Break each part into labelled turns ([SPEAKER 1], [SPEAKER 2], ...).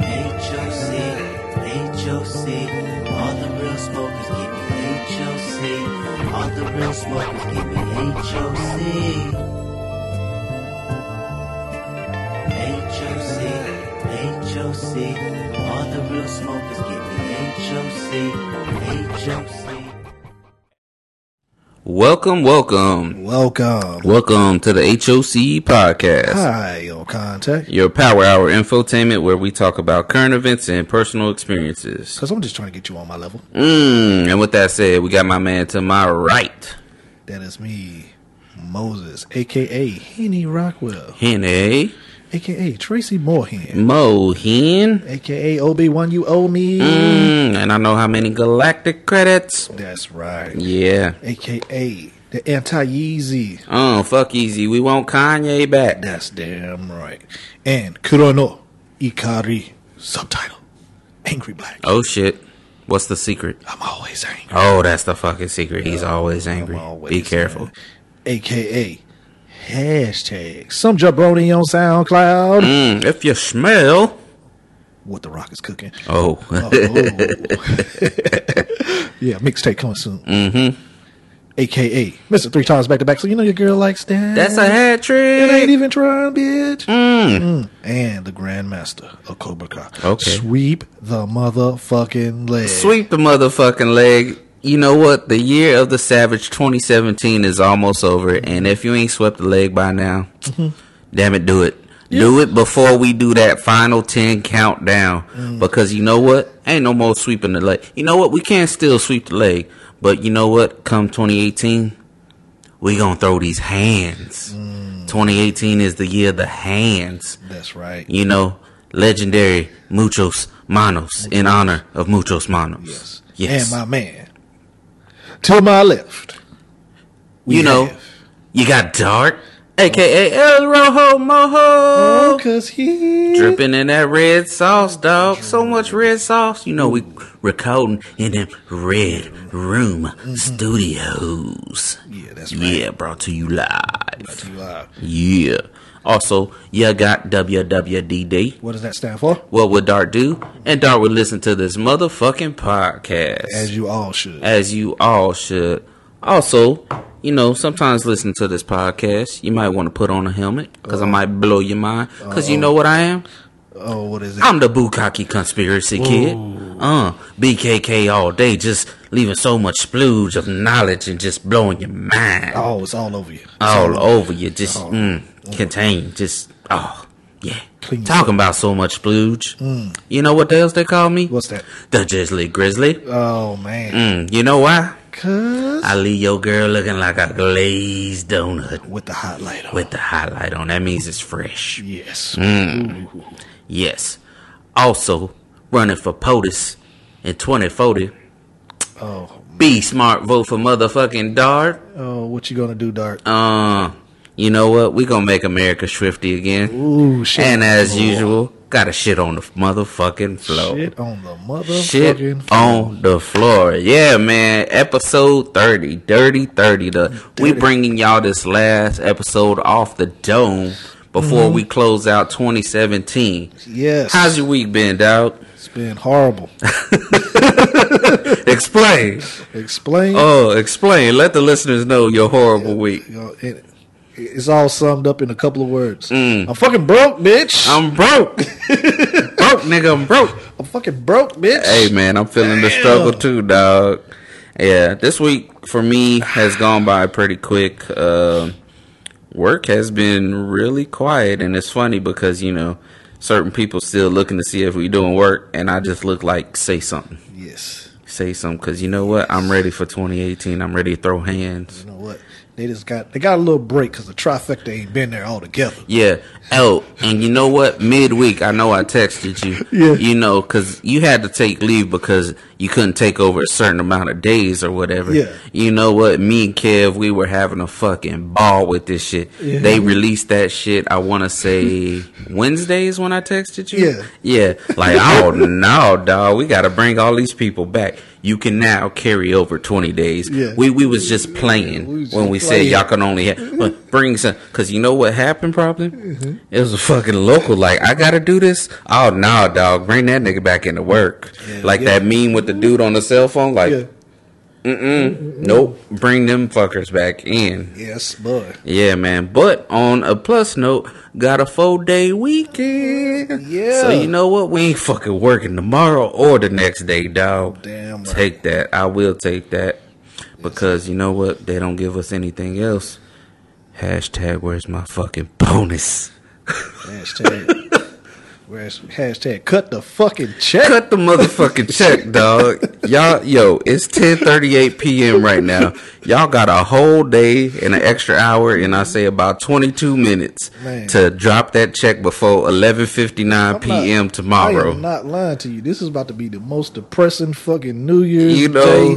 [SPEAKER 1] HOC, HOC. All the real smokers give me HOC. All the real smokers give me HOC. HOC, HOC. All the real smokers give me HOC, HOC.
[SPEAKER 2] Welcome, welcome,
[SPEAKER 3] Welcome.
[SPEAKER 2] welcome to the HOC podcast,
[SPEAKER 3] Hi, your contact.
[SPEAKER 2] your power hour infotainment where we talk about current events and personal experiences.
[SPEAKER 3] Because I'm just trying to get you on my level.
[SPEAKER 2] Mm, and with that said, we got my man to my right,
[SPEAKER 3] That is me, Moses, a.k.a. Henny Rockwell,
[SPEAKER 2] Henny
[SPEAKER 3] a.k.a. Tracy Moorhen,
[SPEAKER 2] Mohen.
[SPEAKER 3] a.k.a. OB1, you owe me.
[SPEAKER 2] Mm, and I know how many galactic credits.
[SPEAKER 3] That's right.
[SPEAKER 2] Yeah.
[SPEAKER 3] A.k.a. the anti-Yeezy.
[SPEAKER 2] Oh, fuck easy. We want Kanye back.
[SPEAKER 3] That's damn right. And Kurono Ikari, subtitle, Angry Black.
[SPEAKER 2] Oh, shit. What's the secret?
[SPEAKER 3] I'm always angry.
[SPEAKER 2] Oh, that's the fucking secret. He's always angry.
[SPEAKER 3] I'm always
[SPEAKER 2] Be careful.
[SPEAKER 3] angry. A.k.a. Hashtag some jabroni on SoundCloud.
[SPEAKER 2] Mm, if you smell.
[SPEAKER 3] What the rock is cooking.
[SPEAKER 2] Oh.
[SPEAKER 3] Oh. yeah, mixtape coming soon. Mm-hmm. AKA Mr. Three Times Back to Back. So you know your girl likes that.
[SPEAKER 2] That's a hat
[SPEAKER 3] It ain't
[SPEAKER 2] trick.
[SPEAKER 3] even trying, bitch. Mm. And the Grandmaster of Cobra Kai.
[SPEAKER 2] Okay.
[SPEAKER 3] Sweep the motherfucking leg.
[SPEAKER 2] Sweep the motherfucking leg. You know what? The year of the Savage 2017 is almost over, and if you ain't swept the leg by now, damn it, do it. Do it before we do that final 10 countdown. Because you know what? Ain't no more sweeping the leg. You know what? We can still sweep the leg. But you know what? Come 2018, we gonna throw these hands. 2018 is the year of the hands.
[SPEAKER 3] That's right.
[SPEAKER 2] you know, legendary Muchos Manos in honor of Muchos Manos.
[SPEAKER 3] Yes.
[SPEAKER 2] Yes.
[SPEAKER 3] And my man. To my left. we
[SPEAKER 2] you know,
[SPEAKER 3] have-
[SPEAKER 2] you got Dart, aka El Rojo Mojo.
[SPEAKER 3] Oh, cause he
[SPEAKER 2] Dripping in that red sauce, dog. So much red sauce. You know, we recording in them red room studios.
[SPEAKER 3] Yeah, that's right.
[SPEAKER 2] Yeah, brought to you live.
[SPEAKER 3] To you live.
[SPEAKER 2] Yeah. Also, you got WWDD.
[SPEAKER 3] What does that stand for?
[SPEAKER 2] What would Dart do? And Dart would listen to this motherfucking podcast. As,
[SPEAKER 3] As you all should.
[SPEAKER 2] you all should. Also, you know, sometimes listen to this podcast. You might want to put on a helmet because I might blow your mind. Because you know what I am?
[SPEAKER 3] oh, what is it?
[SPEAKER 2] I'm the Bukaki conspiracy kid. Uh, BKK all day, just leaving so much splooge of knowledge and just blowing your mind
[SPEAKER 3] oh, it's all over you. It's
[SPEAKER 2] all
[SPEAKER 3] over
[SPEAKER 2] over you. Just mm, contain. Just oh yeah.
[SPEAKER 3] Clean
[SPEAKER 2] Talking about so much splooge.
[SPEAKER 3] Mm.
[SPEAKER 2] You know what else they call me?
[SPEAKER 3] What's that?
[SPEAKER 2] The Grizzly Grizzly.
[SPEAKER 3] Oh man,
[SPEAKER 2] Mm, you know why?
[SPEAKER 3] cause
[SPEAKER 2] I leave your girl looking like a glazed donut
[SPEAKER 3] with the hot light on.
[SPEAKER 2] with the highlight on. That means it's fresh. Mm.
[SPEAKER 3] yes, Ooh.
[SPEAKER 2] Yes. Also, running for POTUS in 2040.
[SPEAKER 3] Oh,
[SPEAKER 2] Be smart, vote for motherfucking Dart.
[SPEAKER 3] oh, what you gonna do, Dart?
[SPEAKER 2] Uh, you know what? We gonna make America swifty again.
[SPEAKER 3] Ooh, shit.
[SPEAKER 2] And as
[SPEAKER 3] Oh,
[SPEAKER 2] usual, got a shit on the motherfucking floor. Shit.
[SPEAKER 3] shit on the motherfucking.
[SPEAKER 2] on the floor. Yeah, man. Episode 30. Dirty 30. The, We
[SPEAKER 3] Dirty.
[SPEAKER 2] bringing y'all this last episode off the dome before we close out 2017.
[SPEAKER 3] Yes,
[SPEAKER 2] How's your week been, dog?
[SPEAKER 3] it's been horrible.
[SPEAKER 2] Explain.
[SPEAKER 3] Explain.
[SPEAKER 2] Oh, explain. Let the listeners know your horrible week.
[SPEAKER 3] You know, it, it's all summed up in a couple of words. I'm fucking broke, bitch. I'm,
[SPEAKER 2] Mm. I'm broke. broke, nigga. I'm broke.
[SPEAKER 3] fucking broke, bitch.
[SPEAKER 2] Hey man, I'm feeling the
[SPEAKER 3] Damn.
[SPEAKER 2] struggle too, dog. Yeah, this week for me has gone by pretty quick. Um work has been really quiet, and it's funny because you know certain people still looking to see if we doing work, and I just look like say something,
[SPEAKER 3] Yes.
[SPEAKER 2] say something, because you know what? I'm ready for 2018. I'm ready to throw hands.
[SPEAKER 3] You know what? They just got they got a little break because the trifecta ain't been there altogether.
[SPEAKER 2] Yeah. Oh, and you know what? Midweek, I know I texted you.
[SPEAKER 3] Yeah.
[SPEAKER 2] You know, because you had to take leave because you couldn't take over a certain amount of days or whatever.
[SPEAKER 3] Yeah.
[SPEAKER 2] You know what? Me and Kev, we were having a fucking ball with this shit.
[SPEAKER 3] Yeah.
[SPEAKER 2] They released that shit, I want to say Wednesdays when I texted you.
[SPEAKER 3] Yeah.
[SPEAKER 2] Yeah. Like, oh, no, dog. We got to bring all these people back. you can now carry over 20 days.
[SPEAKER 3] Yeah.
[SPEAKER 2] We we was just playing
[SPEAKER 3] We was
[SPEAKER 2] when
[SPEAKER 3] just
[SPEAKER 2] we said
[SPEAKER 3] playing.
[SPEAKER 2] y'all can only have but bring some cuz you know what happened probably? It was a fucking local like I got to do this. Oh nah, dog, bring that nigga back into work. like
[SPEAKER 3] yeah.
[SPEAKER 2] that meme with the dude on the cell phone like
[SPEAKER 3] Yeah.
[SPEAKER 2] nope, bring them fuckers back in.
[SPEAKER 3] Yes, boy.
[SPEAKER 2] Yeah, man. But on a plus note, got a four day weekend.
[SPEAKER 3] Yeah.
[SPEAKER 2] So you know what? We ain't fucking working tomorrow or the next day, dog.
[SPEAKER 3] Damn right.
[SPEAKER 2] Take that. I will take that. Because you know what? They don't give us anything else. Hashtag where's my fucking bonus?
[SPEAKER 3] Hashtag. where's- hashtag cut the fucking check.
[SPEAKER 2] Cut the motherfucking check, dog. Y'all yo, it's ten thirty eight PM right now. Y'all got a whole day and an extra hour and I say about twenty two minutes
[SPEAKER 3] Man.
[SPEAKER 2] to drop that check before eleven fifty nine
[SPEAKER 3] I'm not-
[SPEAKER 2] PM
[SPEAKER 3] I
[SPEAKER 2] tomorrow.
[SPEAKER 3] am not lying to you. This is about to be the most depressing fucking New Year's
[SPEAKER 2] You know-
[SPEAKER 3] Day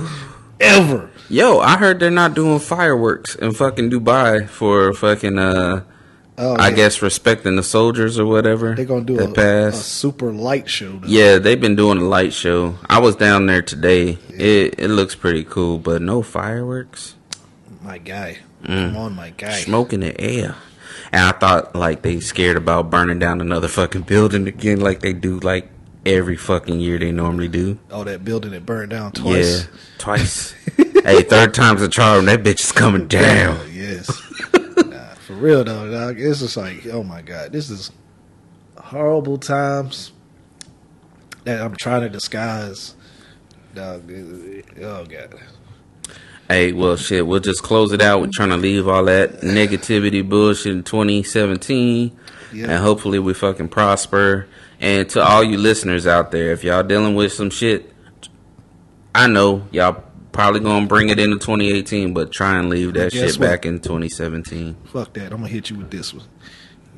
[SPEAKER 3] ever.
[SPEAKER 2] yo, I heard they're not doing fireworks in fucking Dubai for fucking uh
[SPEAKER 3] Oh,
[SPEAKER 2] I
[SPEAKER 3] yeah.
[SPEAKER 2] guess respecting the soldiers or whatever.
[SPEAKER 3] they're gonna do
[SPEAKER 2] that
[SPEAKER 3] a, a
[SPEAKER 2] pass.
[SPEAKER 3] super light show. though.
[SPEAKER 2] Yeah, they've been doing a light show. I was down there today. It it looks pretty cool, but no fireworks.
[SPEAKER 3] My guy, come on, my guy.
[SPEAKER 2] Mm. smoke in the air. And I thought like they scared about burning down another fucking building again, like they do like every fucking year they normally do.
[SPEAKER 3] Oh, that building that burned down twice.
[SPEAKER 2] Yeah, twice. hey, third time's a charm. That bitch is coming
[SPEAKER 3] Oh,
[SPEAKER 2] down.
[SPEAKER 3] yes. Nah, for real though, dog. It's just like, oh my god, this is horrible times that I'm trying to disguise. Dog, it- it- oh god.
[SPEAKER 2] Hey, well, shit. We'll just close it out. We're trying to leave all that negativity bullshit in 2017,
[SPEAKER 3] Yeah.
[SPEAKER 2] and hopefully we fucking prosper. And to all you listeners out there, if y'all dealing with some shit, I know y'all probably gonna bring it into 2018, but try and leave that
[SPEAKER 3] Guess
[SPEAKER 2] shit
[SPEAKER 3] what?
[SPEAKER 2] back in 2017.
[SPEAKER 3] Fuck that. I'm gonna hit you with this one.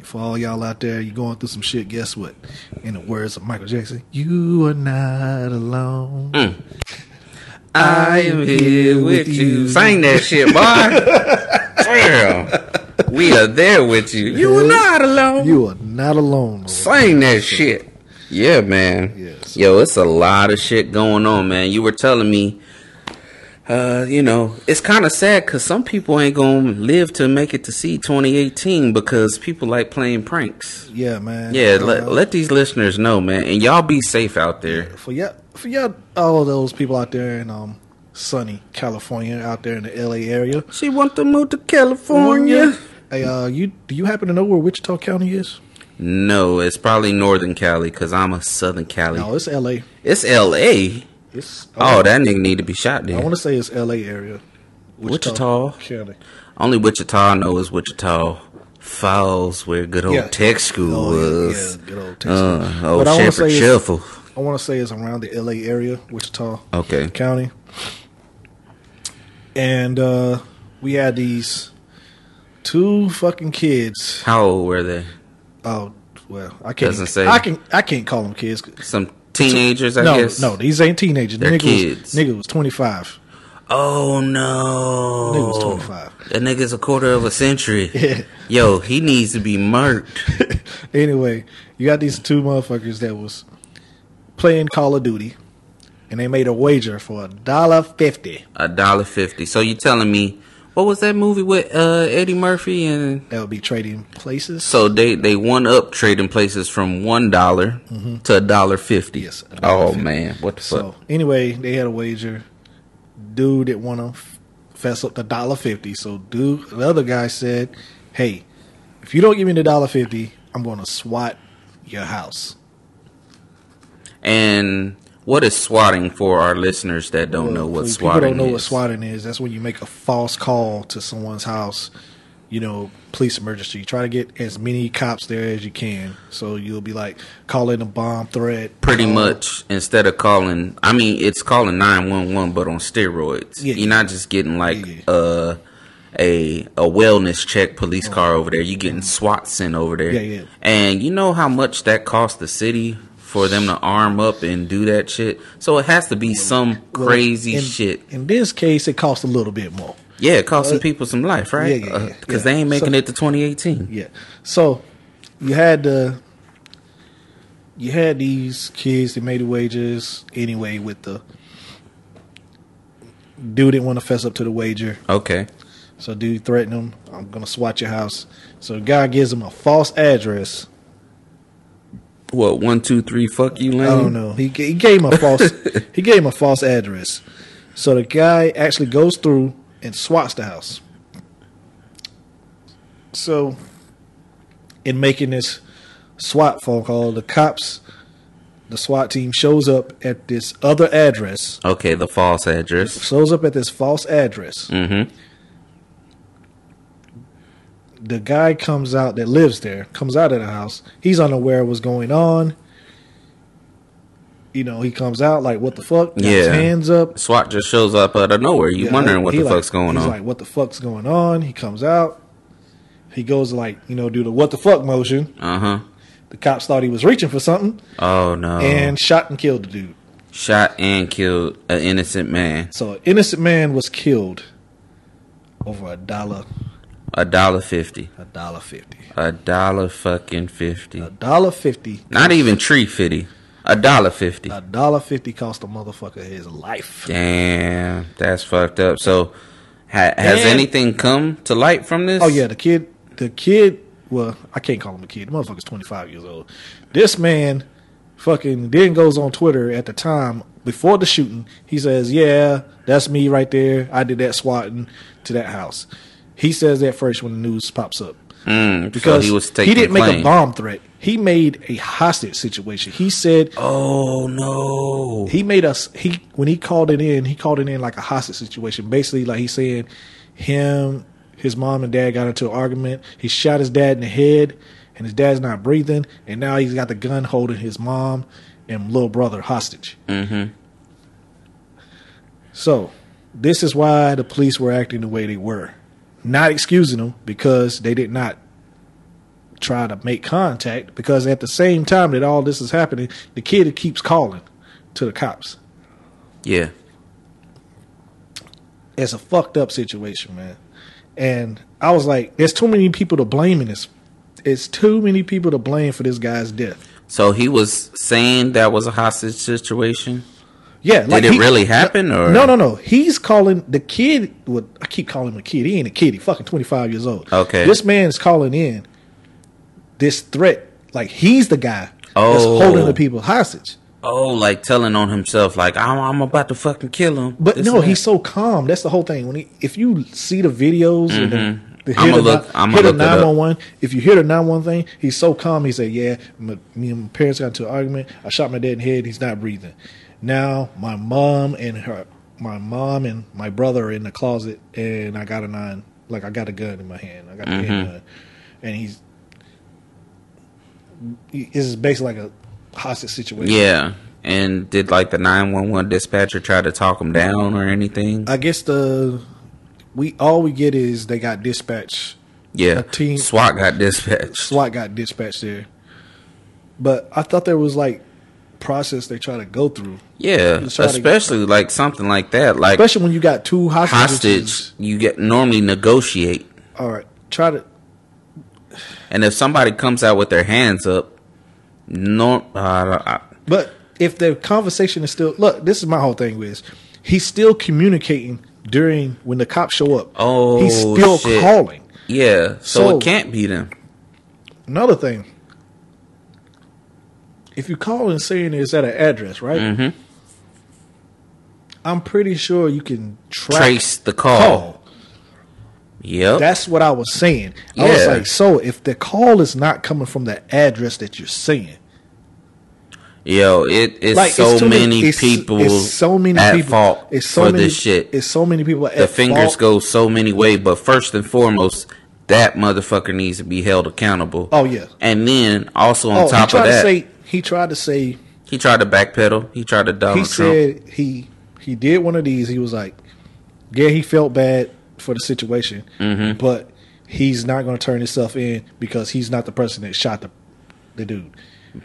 [SPEAKER 3] For all y'all out there, you going through some shit. Guess what? In the words of Michael Jackson, you are not alone.
[SPEAKER 2] I am here with you. Sing that shit, boy. Damn, we are there with you. You are not alone.
[SPEAKER 3] You are not alone.
[SPEAKER 2] Sing that shit. Yeah, man.
[SPEAKER 3] Yes.
[SPEAKER 2] Yo, it's a lot of shit going on, man. You were telling me, uh, you know, it's kind of sad because some people ain't gonna live to make it to see 2018 because people like playing pranks.
[SPEAKER 3] Yeah, man.
[SPEAKER 2] Yeah,
[SPEAKER 3] Uh,
[SPEAKER 2] let, let these listeners know, man, and y'all be safe out there.
[SPEAKER 3] for y'all, for y'all, all those people out there in um sunny California, out there in the LA area.
[SPEAKER 2] She want to move to California.
[SPEAKER 3] Hey, uh, you do you happen to know where Wichita County is?
[SPEAKER 2] No, it's probably Northern Cali because I'm a Southern Cali.
[SPEAKER 3] No, it's LA.
[SPEAKER 2] It's L.A.
[SPEAKER 3] It's
[SPEAKER 2] Oh, that nigga need to be shot
[SPEAKER 3] I
[SPEAKER 2] then.
[SPEAKER 3] want to say it's LA area.
[SPEAKER 2] Wichita.
[SPEAKER 3] County.
[SPEAKER 2] Only Wichita I know is Wichita Falls, where good old
[SPEAKER 3] Yeah.
[SPEAKER 2] tech school
[SPEAKER 3] Oh, yeah,
[SPEAKER 2] was.
[SPEAKER 3] yeah, good old tech
[SPEAKER 2] Uh,
[SPEAKER 3] school.
[SPEAKER 2] oh,
[SPEAKER 3] But I wanna
[SPEAKER 2] Shepherd
[SPEAKER 3] say it's-
[SPEAKER 2] Shuffle.
[SPEAKER 3] I want to say it's around the LA area, Wichita
[SPEAKER 2] Okay.
[SPEAKER 3] County. And uh, we had these two fucking kids.
[SPEAKER 2] How old were they?
[SPEAKER 3] Oh, well, I can't
[SPEAKER 2] Doesn't say.
[SPEAKER 3] I can I can't call them kids.
[SPEAKER 2] Some teenagers, I
[SPEAKER 3] no,
[SPEAKER 2] guess.
[SPEAKER 3] no, these ain't teenagers.
[SPEAKER 2] They're
[SPEAKER 3] nigga
[SPEAKER 2] kids.
[SPEAKER 3] Was, nigga was twenty five.
[SPEAKER 2] Oh
[SPEAKER 3] Nigga was
[SPEAKER 2] no.
[SPEAKER 3] twenty five.
[SPEAKER 2] That nigga's a quarter of a century.
[SPEAKER 3] Yeah.
[SPEAKER 2] Yo, he needs to be murked.
[SPEAKER 3] anyway, you got these two motherfuckers that was playing Call of Duty, and they made a wager for a dollar fifty.
[SPEAKER 2] A dollar fifty. So you telling me what was that movie with uh, Eddie Murphy and
[SPEAKER 3] That would be trading places.
[SPEAKER 2] so they they one up trading places from one to a dollar fifty.
[SPEAKER 3] Mm-hmm. Yes, $1.50.
[SPEAKER 2] Oh man, what the
[SPEAKER 3] so
[SPEAKER 2] fuck?
[SPEAKER 3] anyway, they had a wager. Dude that won them fess up the dollar fifty. So dude, the other guy said, "Hey, if you don't give me the dollar fifty, I'm going to SWAT your house."
[SPEAKER 2] And what is swatting for our listeners that don't know
[SPEAKER 3] Well,
[SPEAKER 2] what
[SPEAKER 3] if
[SPEAKER 2] swatting
[SPEAKER 3] Uh, People don't know what
[SPEAKER 2] is?
[SPEAKER 3] swatting is. That's when you make a false call to someone's house. You know, police emergency. You try to get as many cops there as you can. So you'll be like calling a bomb threat. Uh,
[SPEAKER 2] Pretty
[SPEAKER 3] call-
[SPEAKER 2] much, instead of calling, I mean, it's calling nine one one, but on steroids.
[SPEAKER 3] Yeah.
[SPEAKER 2] You're not just getting like
[SPEAKER 3] Yeah, Uh-huh.
[SPEAKER 2] uh, a a wellness check police car over there. You're getting SWAT sent over there.
[SPEAKER 3] Yeah, yeah.
[SPEAKER 2] And you know how much that costs the city for them to arm up and do that shit. So it has to be some
[SPEAKER 3] Well,
[SPEAKER 2] crazy
[SPEAKER 3] in-
[SPEAKER 2] shit.
[SPEAKER 3] In this case, it costs a little bit more.
[SPEAKER 2] Yeah, it costs some people some life, right?
[SPEAKER 3] yeah, yeah,
[SPEAKER 2] Because
[SPEAKER 3] yeah,
[SPEAKER 2] they
[SPEAKER 3] yeah.
[SPEAKER 2] ain't making
[SPEAKER 3] So-
[SPEAKER 2] it to 2018.
[SPEAKER 3] Yeah. So you had the you had these kids that made the wages anyway with the Dude didn't want to fess up to the wager.
[SPEAKER 2] Okay.
[SPEAKER 3] So dude threatened him, I'm gonna swat your house. So the guy gives him a false address.
[SPEAKER 2] What one two three? Fuck you, Lane.
[SPEAKER 3] I don't know. He he gave him a false he gave him a false address. So the guy actually goes through and swats the house. So in making this SWAT phone call, the cops the SWAT team shows up at this other address.
[SPEAKER 2] Okay, the false address.
[SPEAKER 3] Shows up at this false address.
[SPEAKER 2] Mm-hmm.
[SPEAKER 3] the guy comes out that lives there, comes out of the house. He's unaware of what's going on. You know, he comes out like, "What the fuck?" Got His
[SPEAKER 2] Yeah.
[SPEAKER 3] hands up.
[SPEAKER 2] SWAT just shows up out of nowhere. You
[SPEAKER 3] Yeah,
[SPEAKER 2] wondering what
[SPEAKER 3] he
[SPEAKER 2] the
[SPEAKER 3] like-
[SPEAKER 2] fuck's going
[SPEAKER 3] he's
[SPEAKER 2] on?
[SPEAKER 3] Like, what the fuck's going on? He comes out. He goes like, you know, do the what the fuck motion.
[SPEAKER 2] uh huh.
[SPEAKER 3] The cops thought he was reaching for something
[SPEAKER 2] Oh no!
[SPEAKER 3] and shot and killed the dude.
[SPEAKER 2] shot and killed an innocent man.
[SPEAKER 3] So an innocent man was killed over a dollar,
[SPEAKER 2] A dollar fifty.
[SPEAKER 3] a dollar fifty,
[SPEAKER 2] A dollar fucking fifty.
[SPEAKER 3] a dollar fifty,
[SPEAKER 2] Not even tree fifty. A dollar fifty.
[SPEAKER 3] a dollar fifty cost a motherfucker his life.
[SPEAKER 2] Damn, that's fucked up. So, ha- has
[SPEAKER 3] And-
[SPEAKER 2] anything come to light from this?
[SPEAKER 3] Oh yeah, the kid, the kid. Well, I can't call him a kid. The motherfucker's twenty five years old. This man, fucking, then goes on Twitter at the time before the shooting. He says, "Yeah, that's me right there. I did that swatting to that house." He says that first when the news pops up
[SPEAKER 2] Mm, so
[SPEAKER 3] because
[SPEAKER 2] he was
[SPEAKER 3] he,
[SPEAKER 2] taking
[SPEAKER 3] didn't make a
[SPEAKER 2] claim.
[SPEAKER 3] bomb threat. He made a hostage situation. He said
[SPEAKER 2] Oh no!
[SPEAKER 3] he made us he when he called it in he called it in like a hostage situation basically like he's saying him his mom and dad got into an argument he shot his dad in the head and his dad's not breathing and now he's got the gun holding his mom and little brother hostage
[SPEAKER 2] Mm-hmm.
[SPEAKER 3] so this is why the police were acting the way they were not excusing them because they did not try to make contact because at the same time that all this is happening the kid keeps calling to the cops
[SPEAKER 2] Yeah.
[SPEAKER 3] it's a fucked up situation, man. And I was like, there's too many people to blame in this. It's too many people to blame for this guy's death.
[SPEAKER 2] So he was saying that was a hostage situation.
[SPEAKER 3] Yeah,
[SPEAKER 2] Did it really happen,
[SPEAKER 3] No,
[SPEAKER 2] or-
[SPEAKER 3] no, no, no. He's calling the kid. Well, I keep calling him a kid. He ain't a kid. He fucking twenty five years old.
[SPEAKER 2] Okay.
[SPEAKER 3] this man's calling in this threat. Like he's the guy that's
[SPEAKER 2] Oh.
[SPEAKER 3] holding the people hostage.
[SPEAKER 2] Oh, like telling on himself, like I'm, I'm about to fucking kill him.
[SPEAKER 3] But
[SPEAKER 2] This
[SPEAKER 3] no,
[SPEAKER 2] and
[SPEAKER 3] he's
[SPEAKER 2] that.
[SPEAKER 3] so calm. That's the whole thing. When he, if you see the videos and the, the
[SPEAKER 2] Mm-hmm. I'ma
[SPEAKER 3] hit a
[SPEAKER 2] look- I'ma
[SPEAKER 3] hit a
[SPEAKER 2] look it up.
[SPEAKER 3] nine one one, if you hear the nine one thing, he's so calm. He said, "Yeah, my, me and my parents got into an argument. I shot my dad in the head. He's not breathing. Now my mom and her, my mom and my brother are in the closet, and I got a nine, like I got a gun in my hand. I got
[SPEAKER 2] Mm-hmm.
[SPEAKER 3] a handgun, and he's." he- This is basically like a hostage situation.
[SPEAKER 2] yeah. And did like the nine one one dispatcher try to talk him down or anything?
[SPEAKER 3] I guess the we all we get is they got dispatched.
[SPEAKER 2] yeah.
[SPEAKER 3] team-
[SPEAKER 2] SWAT got dispatched.
[SPEAKER 3] SWAT got dispatched there. But I thought there was like process they try to go through,
[SPEAKER 2] Yeah,
[SPEAKER 3] Just try to-
[SPEAKER 2] especially like something like that, like
[SPEAKER 3] especially when you got two hostages.
[SPEAKER 2] hostage. You get normally negotiate.
[SPEAKER 3] All right, try to.
[SPEAKER 2] And if somebody comes out with their hands up, no, uh, I-
[SPEAKER 3] But if the conversation is still look, this is my whole thing with he's still communicating during when the cops show up.
[SPEAKER 2] Oh,
[SPEAKER 3] he's still
[SPEAKER 2] shit.
[SPEAKER 3] calling.
[SPEAKER 2] yeah. So,
[SPEAKER 3] So-
[SPEAKER 2] it can't be them.
[SPEAKER 3] Another thing, if you call and saying it's at an address, right?
[SPEAKER 2] Mhm.
[SPEAKER 3] I'm pretty sure you can track
[SPEAKER 2] Trace the call.
[SPEAKER 3] call.
[SPEAKER 2] Yep.
[SPEAKER 3] That's what I was saying. I was
[SPEAKER 2] Oh. Yeah.
[SPEAKER 3] like, so if the call is not coming from the address that you're saying,
[SPEAKER 2] Yo, it it's
[SPEAKER 3] like
[SPEAKER 2] so
[SPEAKER 3] too
[SPEAKER 2] many
[SPEAKER 3] it's-
[SPEAKER 2] people.
[SPEAKER 3] it's so many
[SPEAKER 2] at
[SPEAKER 3] people
[SPEAKER 2] fault
[SPEAKER 3] it's so
[SPEAKER 2] for
[SPEAKER 3] many,
[SPEAKER 2] this shit.
[SPEAKER 3] It's so many people.
[SPEAKER 2] the fingers go so many way, but first and foremost, that motherfucker needs to be held accountable.
[SPEAKER 3] Oh yeah.
[SPEAKER 2] And then also on
[SPEAKER 3] oh, he
[SPEAKER 2] top
[SPEAKER 3] tried
[SPEAKER 2] of that,
[SPEAKER 3] to say he tried to say
[SPEAKER 2] he tried to backpedal. He tried to Donald
[SPEAKER 3] he
[SPEAKER 2] Trump.
[SPEAKER 3] said he he did one of these. He was like, yeah, he felt bad for the situation,
[SPEAKER 2] Mm-hmm.
[SPEAKER 3] but he's not going to turn himself in because he's not the person that shot the the dude.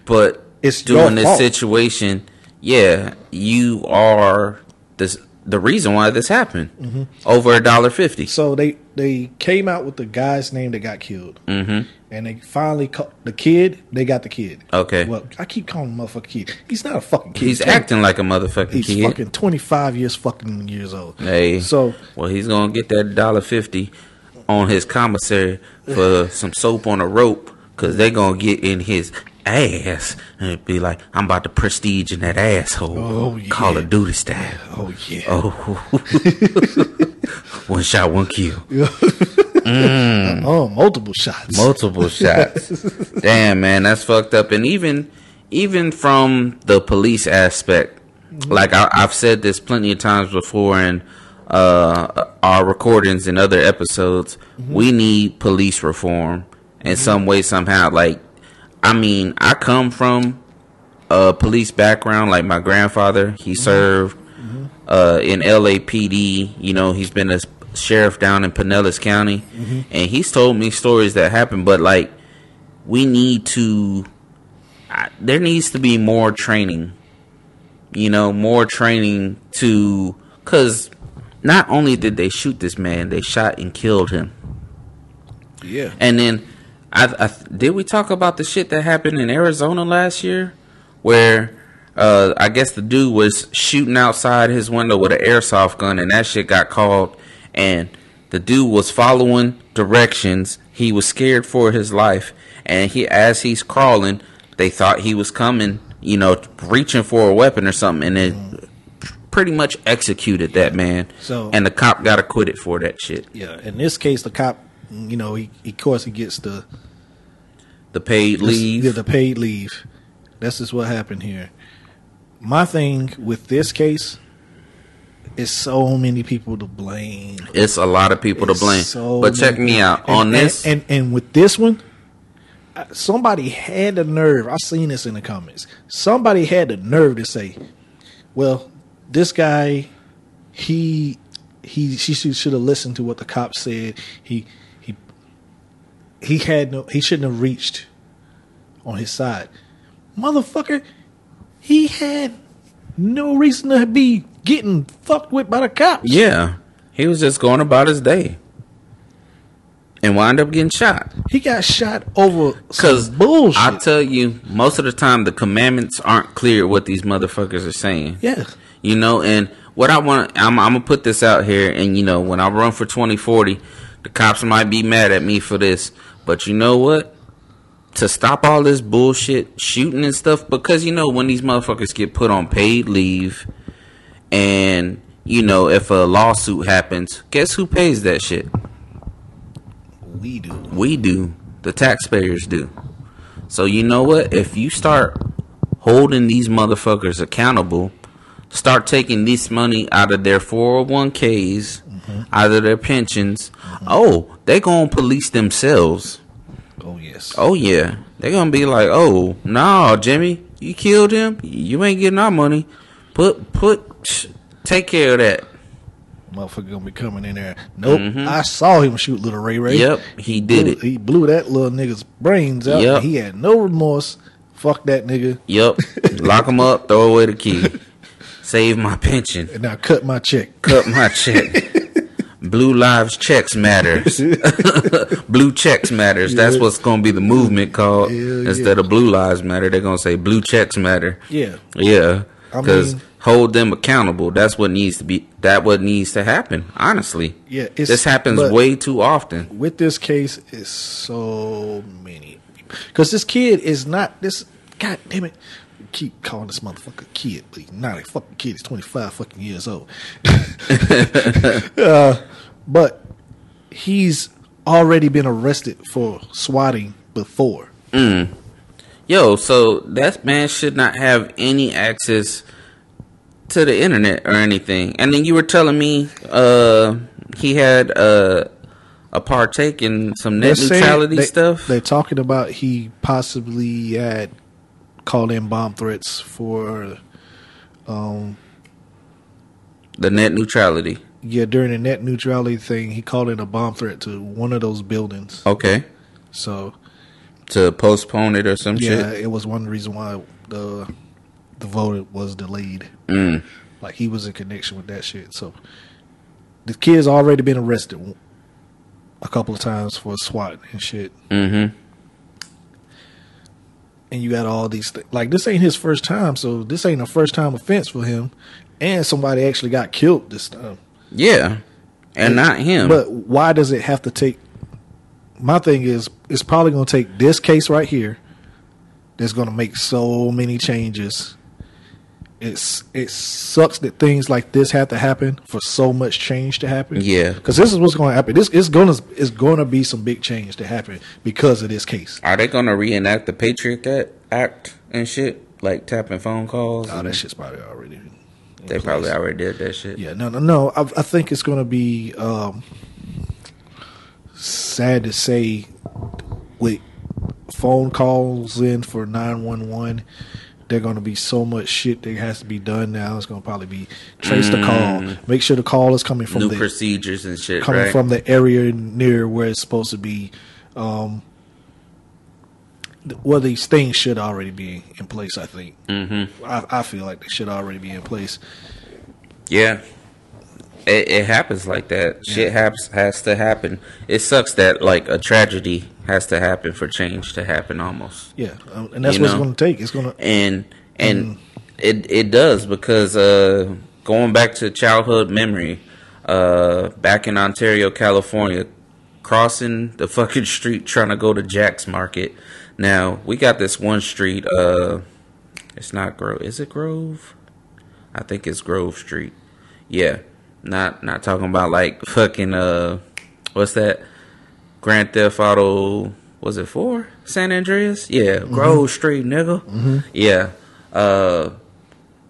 [SPEAKER 2] but
[SPEAKER 3] It's
[SPEAKER 2] during
[SPEAKER 3] your
[SPEAKER 2] this
[SPEAKER 3] fault.
[SPEAKER 2] situation, yeah, you are this the reason why this happened
[SPEAKER 3] Mm-hmm.
[SPEAKER 2] over a dollar fifty.
[SPEAKER 3] So they they came out with the guy's name that got killed,
[SPEAKER 2] Mm-hmm.
[SPEAKER 3] and they finally caught the kid. They got the kid.
[SPEAKER 2] Okay.
[SPEAKER 3] Well, I keep calling him motherfucking kid. He's not a fucking kid.
[SPEAKER 2] He's acting like a motherfucking
[SPEAKER 3] He's
[SPEAKER 2] kid.
[SPEAKER 3] fucking twenty five years fucking years old.
[SPEAKER 2] Hey.
[SPEAKER 3] So
[SPEAKER 2] Well, he's gonna get that dollar fifty on his commissary for some soap on a rope, cause they gonna get in his ass and be like, "I'm about to prestige in that asshole."
[SPEAKER 3] Oh, yeah.
[SPEAKER 2] Call of Duty style.
[SPEAKER 3] oh yeah.
[SPEAKER 2] Oh, one shot, one kill,
[SPEAKER 3] Oh, multiple shots.
[SPEAKER 2] multiple shots. Damn, man, that's fucked up. And even, even from the police aspect, like I, I've said this plenty of times before in uh, our recordings and other episodes, we need police reform in some way, somehow. Like, I mean, I come from a police background. Like my grandfather, he served uh, in LAPD. You know, he's been a s- sheriff down in Pinellas County, and he's told me stories that happened. But like, we need to. I, there needs to be more training. You know, more training to because not only did they shoot this man, they shot and killed him.
[SPEAKER 3] yeah.
[SPEAKER 2] And then, I, I did we talk about the shit that happened in Arizona last year, where uh, I guess the dude was shooting outside his window with an airsoft gun, and that shit got called, and the dude was following directions. He was scared for his life, and he as he's crawling, they thought he was coming, you know, reaching for a weapon or something, and it pretty much executed that man.
[SPEAKER 3] So-
[SPEAKER 2] and the cop got acquitted for that shit.
[SPEAKER 3] Yeah. In this case, the cop, you know, he, he of course he gets the
[SPEAKER 2] The paid leave.
[SPEAKER 3] Yeah, the paid leave. That's just what happened here. My thing with this case is so many people to blame.
[SPEAKER 2] It's a lot of people to blame.
[SPEAKER 3] So
[SPEAKER 2] but check
[SPEAKER 3] many-
[SPEAKER 2] me out
[SPEAKER 3] and-
[SPEAKER 2] on
[SPEAKER 3] and-
[SPEAKER 2] this.
[SPEAKER 3] and, and with this one, I- somebody had the nerve. I seen this in the comments. Somebody had the nerve to say, "Well, this guy, he, he, she should should have listened to what the cop said. He, he, he had no. He shouldn't have reached on his side, motherfucker. He had no reason to be getting fucked with by the cops.
[SPEAKER 2] yeah, he was just going about his day, and wound up getting shot.
[SPEAKER 3] He got shot over
[SPEAKER 2] Because
[SPEAKER 3] some bullshit.
[SPEAKER 2] I tell you, most of the time the commandments aren't clear what these motherfuckers are saying.
[SPEAKER 3] yeah,
[SPEAKER 2] You know, and what I want, I'm, I'm gonna put this out here, and you know, when I run for 2040, the cops might be mad at me for this, but you know what? To stop all this bullshit shooting and stuff, because you know, when these motherfuckers get put on paid leave, and you know, if a lawsuit happens, guess who pays that shit?
[SPEAKER 3] we do.
[SPEAKER 2] We do. The taxpayers do. So you know what? If you start holding these motherfuckers accountable, start taking this money out of their 401ks, out of their pensions. Oh, they going to police themselves.
[SPEAKER 3] Oh yes.
[SPEAKER 2] Oh yeah. They going to be like, "Oh, no, Jimmy, you killed him. You ain't getting our money. Put put take care of that."
[SPEAKER 3] Motherfucker gonna be coming in there. Nope. I saw him shoot little Ray Ray.
[SPEAKER 2] Mm-hmm. Yep, he did
[SPEAKER 3] blew,
[SPEAKER 2] it.
[SPEAKER 3] He blew that little nigga's brains out.
[SPEAKER 2] Yep.
[SPEAKER 3] He had no remorse. Fuck that nigga.
[SPEAKER 2] Yep. Lock him up, throw away the key. Save my pension.
[SPEAKER 3] And now cut my check.
[SPEAKER 2] cut my check. Blue lives checks matters. blue checks matters. That's
[SPEAKER 3] Yeah.
[SPEAKER 2] what's going to be the movement called.
[SPEAKER 3] Yeah,
[SPEAKER 2] Instead of blue lives matter, they're going to say blue checks matter.
[SPEAKER 3] Yeah.
[SPEAKER 2] Yeah,
[SPEAKER 3] I
[SPEAKER 2] because
[SPEAKER 3] mean-
[SPEAKER 2] hold them accountable. That's what needs to be. That what needs to happen. Honestly,
[SPEAKER 3] Yeah, it's-
[SPEAKER 2] this happens
[SPEAKER 3] but-
[SPEAKER 2] way too often.
[SPEAKER 3] With this case, it's so many. Because this kid is not this. God damn it. We Keep calling this motherfucker a kid, but he's not a fucking kid. He's twenty five fucking years old. Uh, but he's already been arrested for swatting before.
[SPEAKER 2] Yo, so that man should not have any access to the internet or anything. And then you were telling me uh he had uh a partake in some
[SPEAKER 3] They're
[SPEAKER 2] net
[SPEAKER 3] saying-
[SPEAKER 2] neutrality
[SPEAKER 3] they-
[SPEAKER 2] stuff.
[SPEAKER 3] They're talking about he possibly had called in bomb threats for um,
[SPEAKER 2] the net neutrality.
[SPEAKER 3] yeah during the net neutrality thing. He called in a bomb threat to one of those buildings.
[SPEAKER 2] Okay.
[SPEAKER 3] So
[SPEAKER 2] To postpone it or some
[SPEAKER 3] yeah,
[SPEAKER 2] shit.
[SPEAKER 3] it was one reason why the the vote was delayed.
[SPEAKER 2] Mm.
[SPEAKER 3] Like he was in connection with that shit. So the kid's already been arrested a couple of times for SWAT and shit.
[SPEAKER 2] Mm-hmm.
[SPEAKER 3] And you got all these things. Like this ain't his first time, so this ain't a first time offense for him. And somebody actually got killed this time.
[SPEAKER 2] Yeah. And not him.
[SPEAKER 3] But why does it have to take? My thing is, it's probably going to take this case right here. That's going to make so many changes. It's it sucks that things like this have to happen for so much change to happen.
[SPEAKER 2] Yeah.
[SPEAKER 3] because this is what's going to happen. This it's going to it's going to be some big change to happen because of this case.
[SPEAKER 2] Are they gonna reenact the Patriot Act, Act and shit? Like tapping phone calls?
[SPEAKER 3] Oh, that shit's probably already. in
[SPEAKER 2] Mm-hmm. they
[SPEAKER 3] place.
[SPEAKER 2] probably already did that shit.
[SPEAKER 3] Yeah, no, no, no. I, I think it's going to be um, sad to say with phone calls in for 911. They're going to be so much shit that has to be done now. It's going to probably be trace the call, make sure the call is coming from
[SPEAKER 2] Mm. New
[SPEAKER 3] the
[SPEAKER 2] procedures and shit,
[SPEAKER 3] coming
[SPEAKER 2] right?
[SPEAKER 3] from the area near where it's supposed to be. Um, th- well, these things should already be in place. I think. Mm-hmm. I, I feel like they should already be in place.
[SPEAKER 2] yeah. It, it happens like that. Shit happens has to happen. It sucks that like a tragedy has to happen for change to happen almost.
[SPEAKER 3] Yeah, um, and that's
[SPEAKER 2] You
[SPEAKER 3] what it's
[SPEAKER 2] know?
[SPEAKER 3] going to take. It's going to
[SPEAKER 2] and and it it does because uh, going back to childhood memory, uh, back in Ontario, California, crossing the fucking street trying to go to Jack's Market. Now we got this one street. Uh, it's not Grove. Is it Grove? I think it's Grove Street. Yeah, not not talking about like fucking uh, what's that? Grand Theft Auto was it four? San Andreas? Yeah, Grove Street, nigga. Yeah. Uh,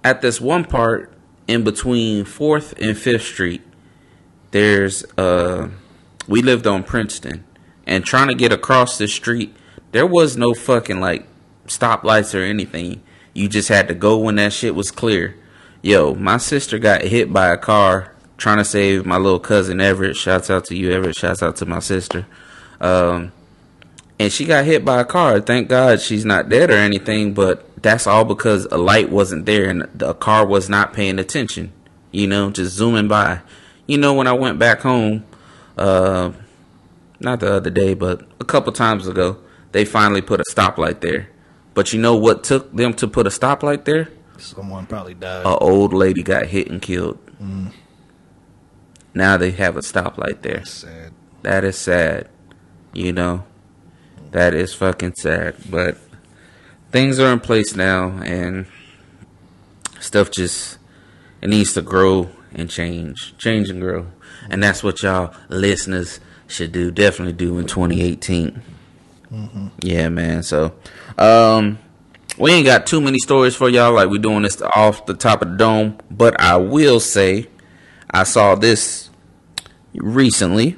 [SPEAKER 2] at this one part in between Fourth and Fifth Street, there's uh, we lived on Princeton, and trying to get across the street, there was no fucking like stoplights or anything. You just had to go when that shit was clear. Yo, my sister got hit by a car trying to save my little cousin Everett. Shouts out to you, Everett. Shouts out to my sister. Um, and she got hit by a car. Thank God she's not dead or anything, but that's all because a light wasn't there and the car was not paying attention. You know, just zooming by. You know, when I went back home, uh, not the other day, but a couple times ago, they finally put a stoplight there. But you know what took them to put a stoplight there?
[SPEAKER 3] Someone probably died. Mm.
[SPEAKER 2] A old lady got hit and killed. Now they have a stoplight there.
[SPEAKER 3] Sad.
[SPEAKER 2] That is sad. You know, that is fucking sad. But things are in place now, and stuff just it needs to grow and change, change and grow, and that's what y'all listeners should do. Definitely do in 2018. Yeah, man. So, um, we ain't got too many stories for y'all. Like we doing this off the top of the dome, but I will say, I saw this recently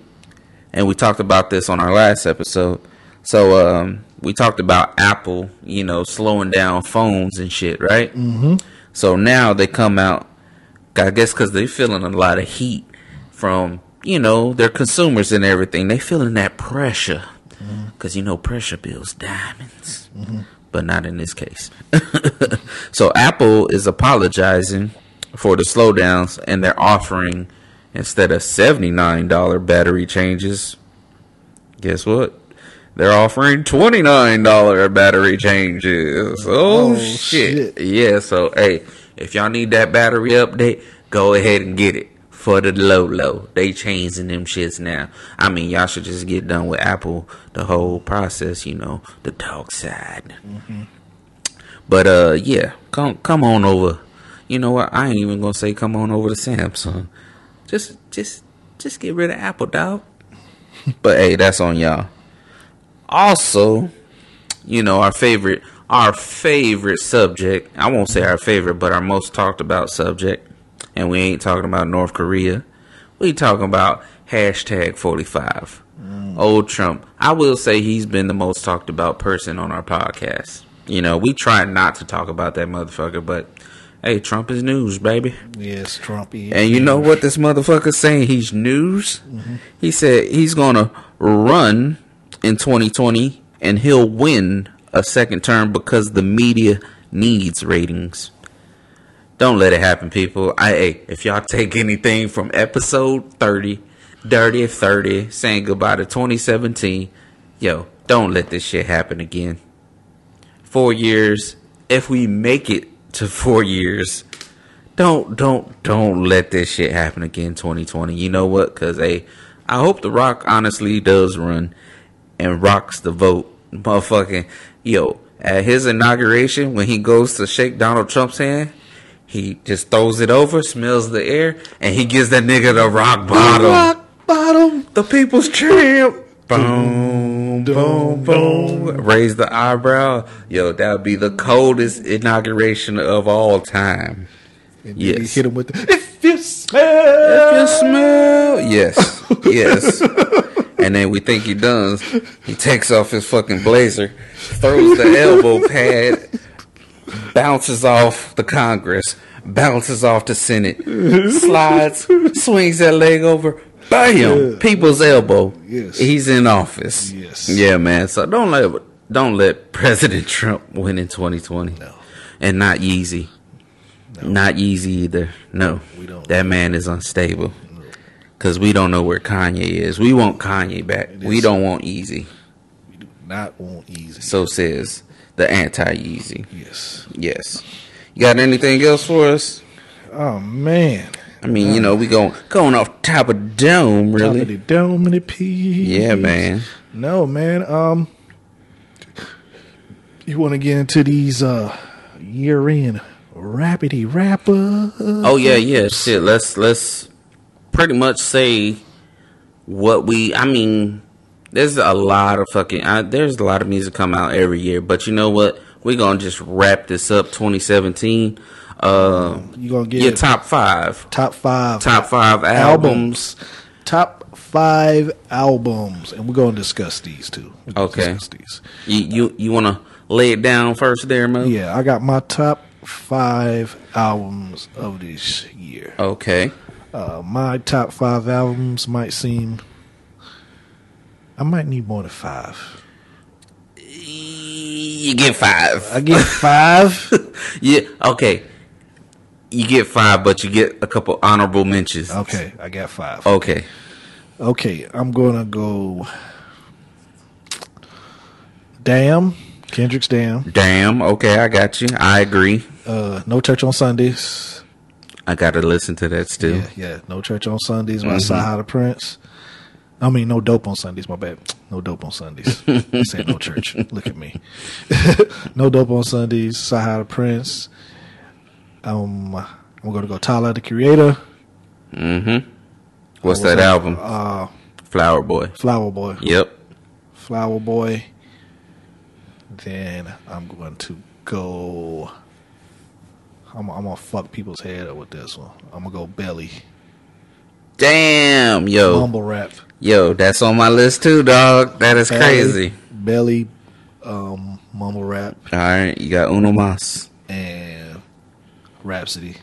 [SPEAKER 2] and we talked about this on our last episode. So um, we talked about Apple, you know, slowing down phones and shit, right? Mm-hmm. So now they come out, I guess, because they're feeling a lot of heat from you know their consumers and everything. They feeling that pressure because you know pressure builds diamonds, but not in this case. so Apple is apologizing for the slowdowns, and they're offering instead of seventy nine dollar battery changes, guess what? They're offering twenty nine dollar battery changes. Oh,
[SPEAKER 3] Oh,
[SPEAKER 2] shit.
[SPEAKER 3] shit.
[SPEAKER 2] Yeah, so hey, if y'all need that battery update, go ahead and get it. For the low low. They changing them shits now. I mean y'all should just get done with Apple the whole process, you know, the dark side. But uh yeah, come come on over. You know what? I ain't even gonna say come on over to Samsung. Just just just get rid of Apple dog. but hey, that's on y'all. Also, you know, our favorite our favorite subject. I won't say our favorite, but our most talked about subject. And we ain't talking about North Korea. We talking about hashtag forty five. Old Trump. I will say he's been the most talked about person on our podcast. You know, we try not to talk about that motherfucker, but hey, Trump is news, baby.
[SPEAKER 3] Yes, Trump. is-
[SPEAKER 2] And you know what this motherfucker's saying? He's news. He said he's gonna run in 2020 and he'll win a second term because the media needs ratings. Don't let it happen, people. I hey, if y'all take anything from episode thirty, dirty thirty, saying goodbye to twenty seventeen, yo, don't let this shit happen again. Four years, if we make it to four years, don't don't don't let this shit happen again. Twenty twenty, you know what? Cause hey, I hope the Rock honestly does run and rocks the vote, motherfucking yo. At his inauguration, when he goes to shake Donald Trump's hand, he just throws it over, smells the air, and he gives that nigga the rock bottom.
[SPEAKER 3] Rock bottom.
[SPEAKER 2] The people's champ. Boom, boom, boom. Raise the eyebrow. Yo, that would be the coldest inauguration of all time.
[SPEAKER 3] And then he
[SPEAKER 2] Yes.
[SPEAKER 3] hit him with the, if you smell.
[SPEAKER 2] If you smell, yes, yes. and then we think he done. He takes off his fucking blazer, throws the elbow pad, bounces off the Congress, bounces off the Senate, slides, swings that leg over. Bam!
[SPEAKER 3] Yeah.
[SPEAKER 2] People's elbow.
[SPEAKER 3] Yes.
[SPEAKER 2] He's in office.
[SPEAKER 3] Yes.
[SPEAKER 2] Yeah, man. So don't let don't let President Trump win in 2020.
[SPEAKER 3] No.
[SPEAKER 2] And not Yeezy. Not Yeezy either. No.
[SPEAKER 3] We don't.
[SPEAKER 2] That man is unstable. Cause we don't know where Kanye is. We want Kanye back. We
[SPEAKER 3] is.
[SPEAKER 2] don't want Yeezy.
[SPEAKER 3] Not on easy.
[SPEAKER 2] So says the anti Yeezy.
[SPEAKER 3] Yes.
[SPEAKER 2] Yes. You got anything else for us?
[SPEAKER 3] Oh man.
[SPEAKER 2] I mean, you know, we going going off top of dome,
[SPEAKER 3] Really?
[SPEAKER 2] really.
[SPEAKER 3] The dome and the peas.
[SPEAKER 2] Yeah, man.
[SPEAKER 3] No, man. Um, you want to get into these uh year-end rapidy rapper?
[SPEAKER 2] Oh yeah, yeah. Shit. Let's let's pretty much say what we. I mean, there's a lot of fucking. I, there's a lot of music come out every year, but you know what? We're gonna just wrap this up. 2017. Uh,
[SPEAKER 3] You gonna get
[SPEAKER 2] your top five,
[SPEAKER 3] top five
[SPEAKER 2] top five albums.
[SPEAKER 3] albums? Top five albums, and we're gonna discuss these two. We're gonna
[SPEAKER 2] Okay.
[SPEAKER 3] discuss these.
[SPEAKER 2] You you you wanna lay it down first, there, Mo?
[SPEAKER 3] Yeah, I got my top five albums of this year.
[SPEAKER 2] Okay.
[SPEAKER 3] Uh, my top five albums might seem. I might need more than five.
[SPEAKER 2] You get five.
[SPEAKER 3] I get five.
[SPEAKER 2] yeah. Okay. You get five, but you get a couple honorable mentions.
[SPEAKER 3] Okay, I got five.
[SPEAKER 2] Okay.
[SPEAKER 3] Okay, I'm gonna go. Damn, Kendrick's Damn.
[SPEAKER 2] Damn. Okay, I got you. I agree.
[SPEAKER 3] Uh, no church on Sundays.
[SPEAKER 2] I gotta listen to that still.
[SPEAKER 3] Yeah, yeah. No church on Sundays by
[SPEAKER 2] Mm-hmm.
[SPEAKER 3] Sahara Prince. I mean, no dope on Sundays. My bad. No dope on Sundays. I said no church. Look at me. no dope on Sundays. Sahara Prince. Um, I'm gonna go Tyler the Creator.
[SPEAKER 2] Mm-hmm. What's
[SPEAKER 3] What was
[SPEAKER 2] that album?
[SPEAKER 3] Uh,
[SPEAKER 2] Flower Boy.
[SPEAKER 3] Flower Boy.
[SPEAKER 2] Yep.
[SPEAKER 3] Flower Boy. Then I'm going to go. I'm, I'm gonna fuck people's head up with this one. I'm gonna go belly
[SPEAKER 2] Damn, yo,
[SPEAKER 3] mumble rap.
[SPEAKER 2] yo, that's on my list too, dog. That is
[SPEAKER 3] Belly-
[SPEAKER 2] crazy.
[SPEAKER 3] Belly, um, mumble rap
[SPEAKER 2] All right, you got Uno Mas.
[SPEAKER 3] and Rhapsody.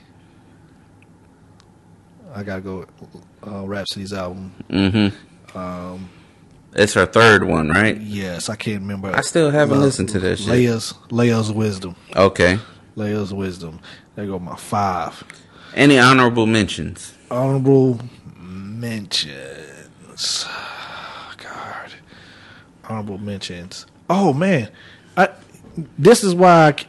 [SPEAKER 3] I gotta go. Uh, Rhapsody's album.
[SPEAKER 2] Mm-hmm.
[SPEAKER 3] Um.
[SPEAKER 2] it's her third one, right?
[SPEAKER 3] Yes, I can't remember. Uh,
[SPEAKER 2] I still haven't listened to that shit.
[SPEAKER 3] Layers, layers of wisdom.
[SPEAKER 2] Okay.
[SPEAKER 3] Layers of wisdom. There go my five.
[SPEAKER 2] Any honorable mentions?
[SPEAKER 3] honorable mentions. God, honorable mentions. Oh man, I. This is why. I, c-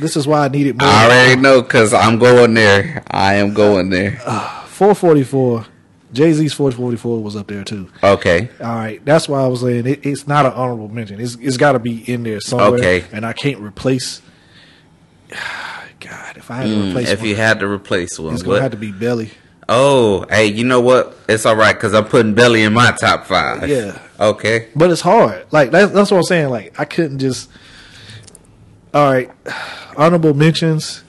[SPEAKER 3] this is why I needed more.
[SPEAKER 2] I already know because I'm going there. I am going there.
[SPEAKER 3] Uh, Four forty four. Jay Z's four forty four was up there too.
[SPEAKER 2] Okay.
[SPEAKER 3] All right, that's why I was saying it, it's not an honorable mention. It's it's got to be in there somewhere.
[SPEAKER 2] Okay.
[SPEAKER 3] and I can't replace. God, if I had to
[SPEAKER 2] Mm,
[SPEAKER 3] replace,
[SPEAKER 2] if
[SPEAKER 3] one,
[SPEAKER 2] you had to replace one,
[SPEAKER 3] it's gonna
[SPEAKER 2] what?
[SPEAKER 3] have to be Belly.
[SPEAKER 2] Oh, hey, you know what? It's all right because I'm putting Belly in my top five.
[SPEAKER 3] Yeah.
[SPEAKER 2] Okay.
[SPEAKER 3] But it's hard. Like that's that's what I'm saying. Like I couldn't just. All right, honorable mentions.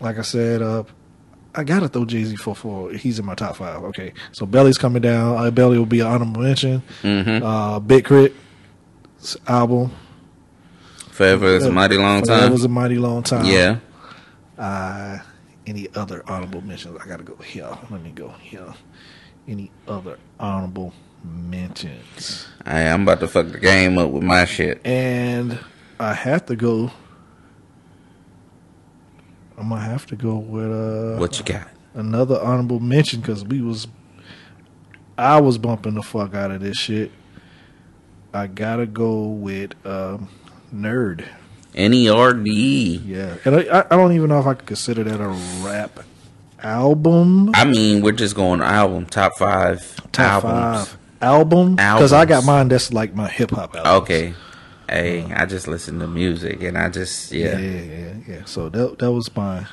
[SPEAKER 3] Like I said, uh, I gotta throw Jay Z for four. He's in my top five. Okay, so Belly's coming down. Uh, Belly will be an honorable mention.
[SPEAKER 2] Mm-hmm.
[SPEAKER 3] Uh, Big Crit's album.
[SPEAKER 2] Forever is a mighty long
[SPEAKER 3] That
[SPEAKER 2] time.
[SPEAKER 3] was a mighty long time.
[SPEAKER 2] yeah.
[SPEAKER 3] Uh, any other honorable mentions? I gotta go here. Let me go here. Any other honorable mentions?
[SPEAKER 2] I, am about to fuck the game up with my shit.
[SPEAKER 3] and I have to go. I'm gonna have to go with uh
[SPEAKER 2] What you got?
[SPEAKER 3] another honorable mention because we was I was bumping the fuck out of this shit. I gotta go with um, nerd.
[SPEAKER 2] N E R D E.
[SPEAKER 3] Yeah, and I, I- I don't even know if I could consider that a rap album.
[SPEAKER 2] I mean, we're just going album top five
[SPEAKER 3] Top
[SPEAKER 2] albums.
[SPEAKER 3] five album because I got
[SPEAKER 2] Albums.
[SPEAKER 3] mine. That's like my hip hop album.
[SPEAKER 2] Okay. Hey, I just listen to music and I just
[SPEAKER 3] Yeah.
[SPEAKER 2] yeah.
[SPEAKER 3] yeah, yeah, yeah. So that that was my.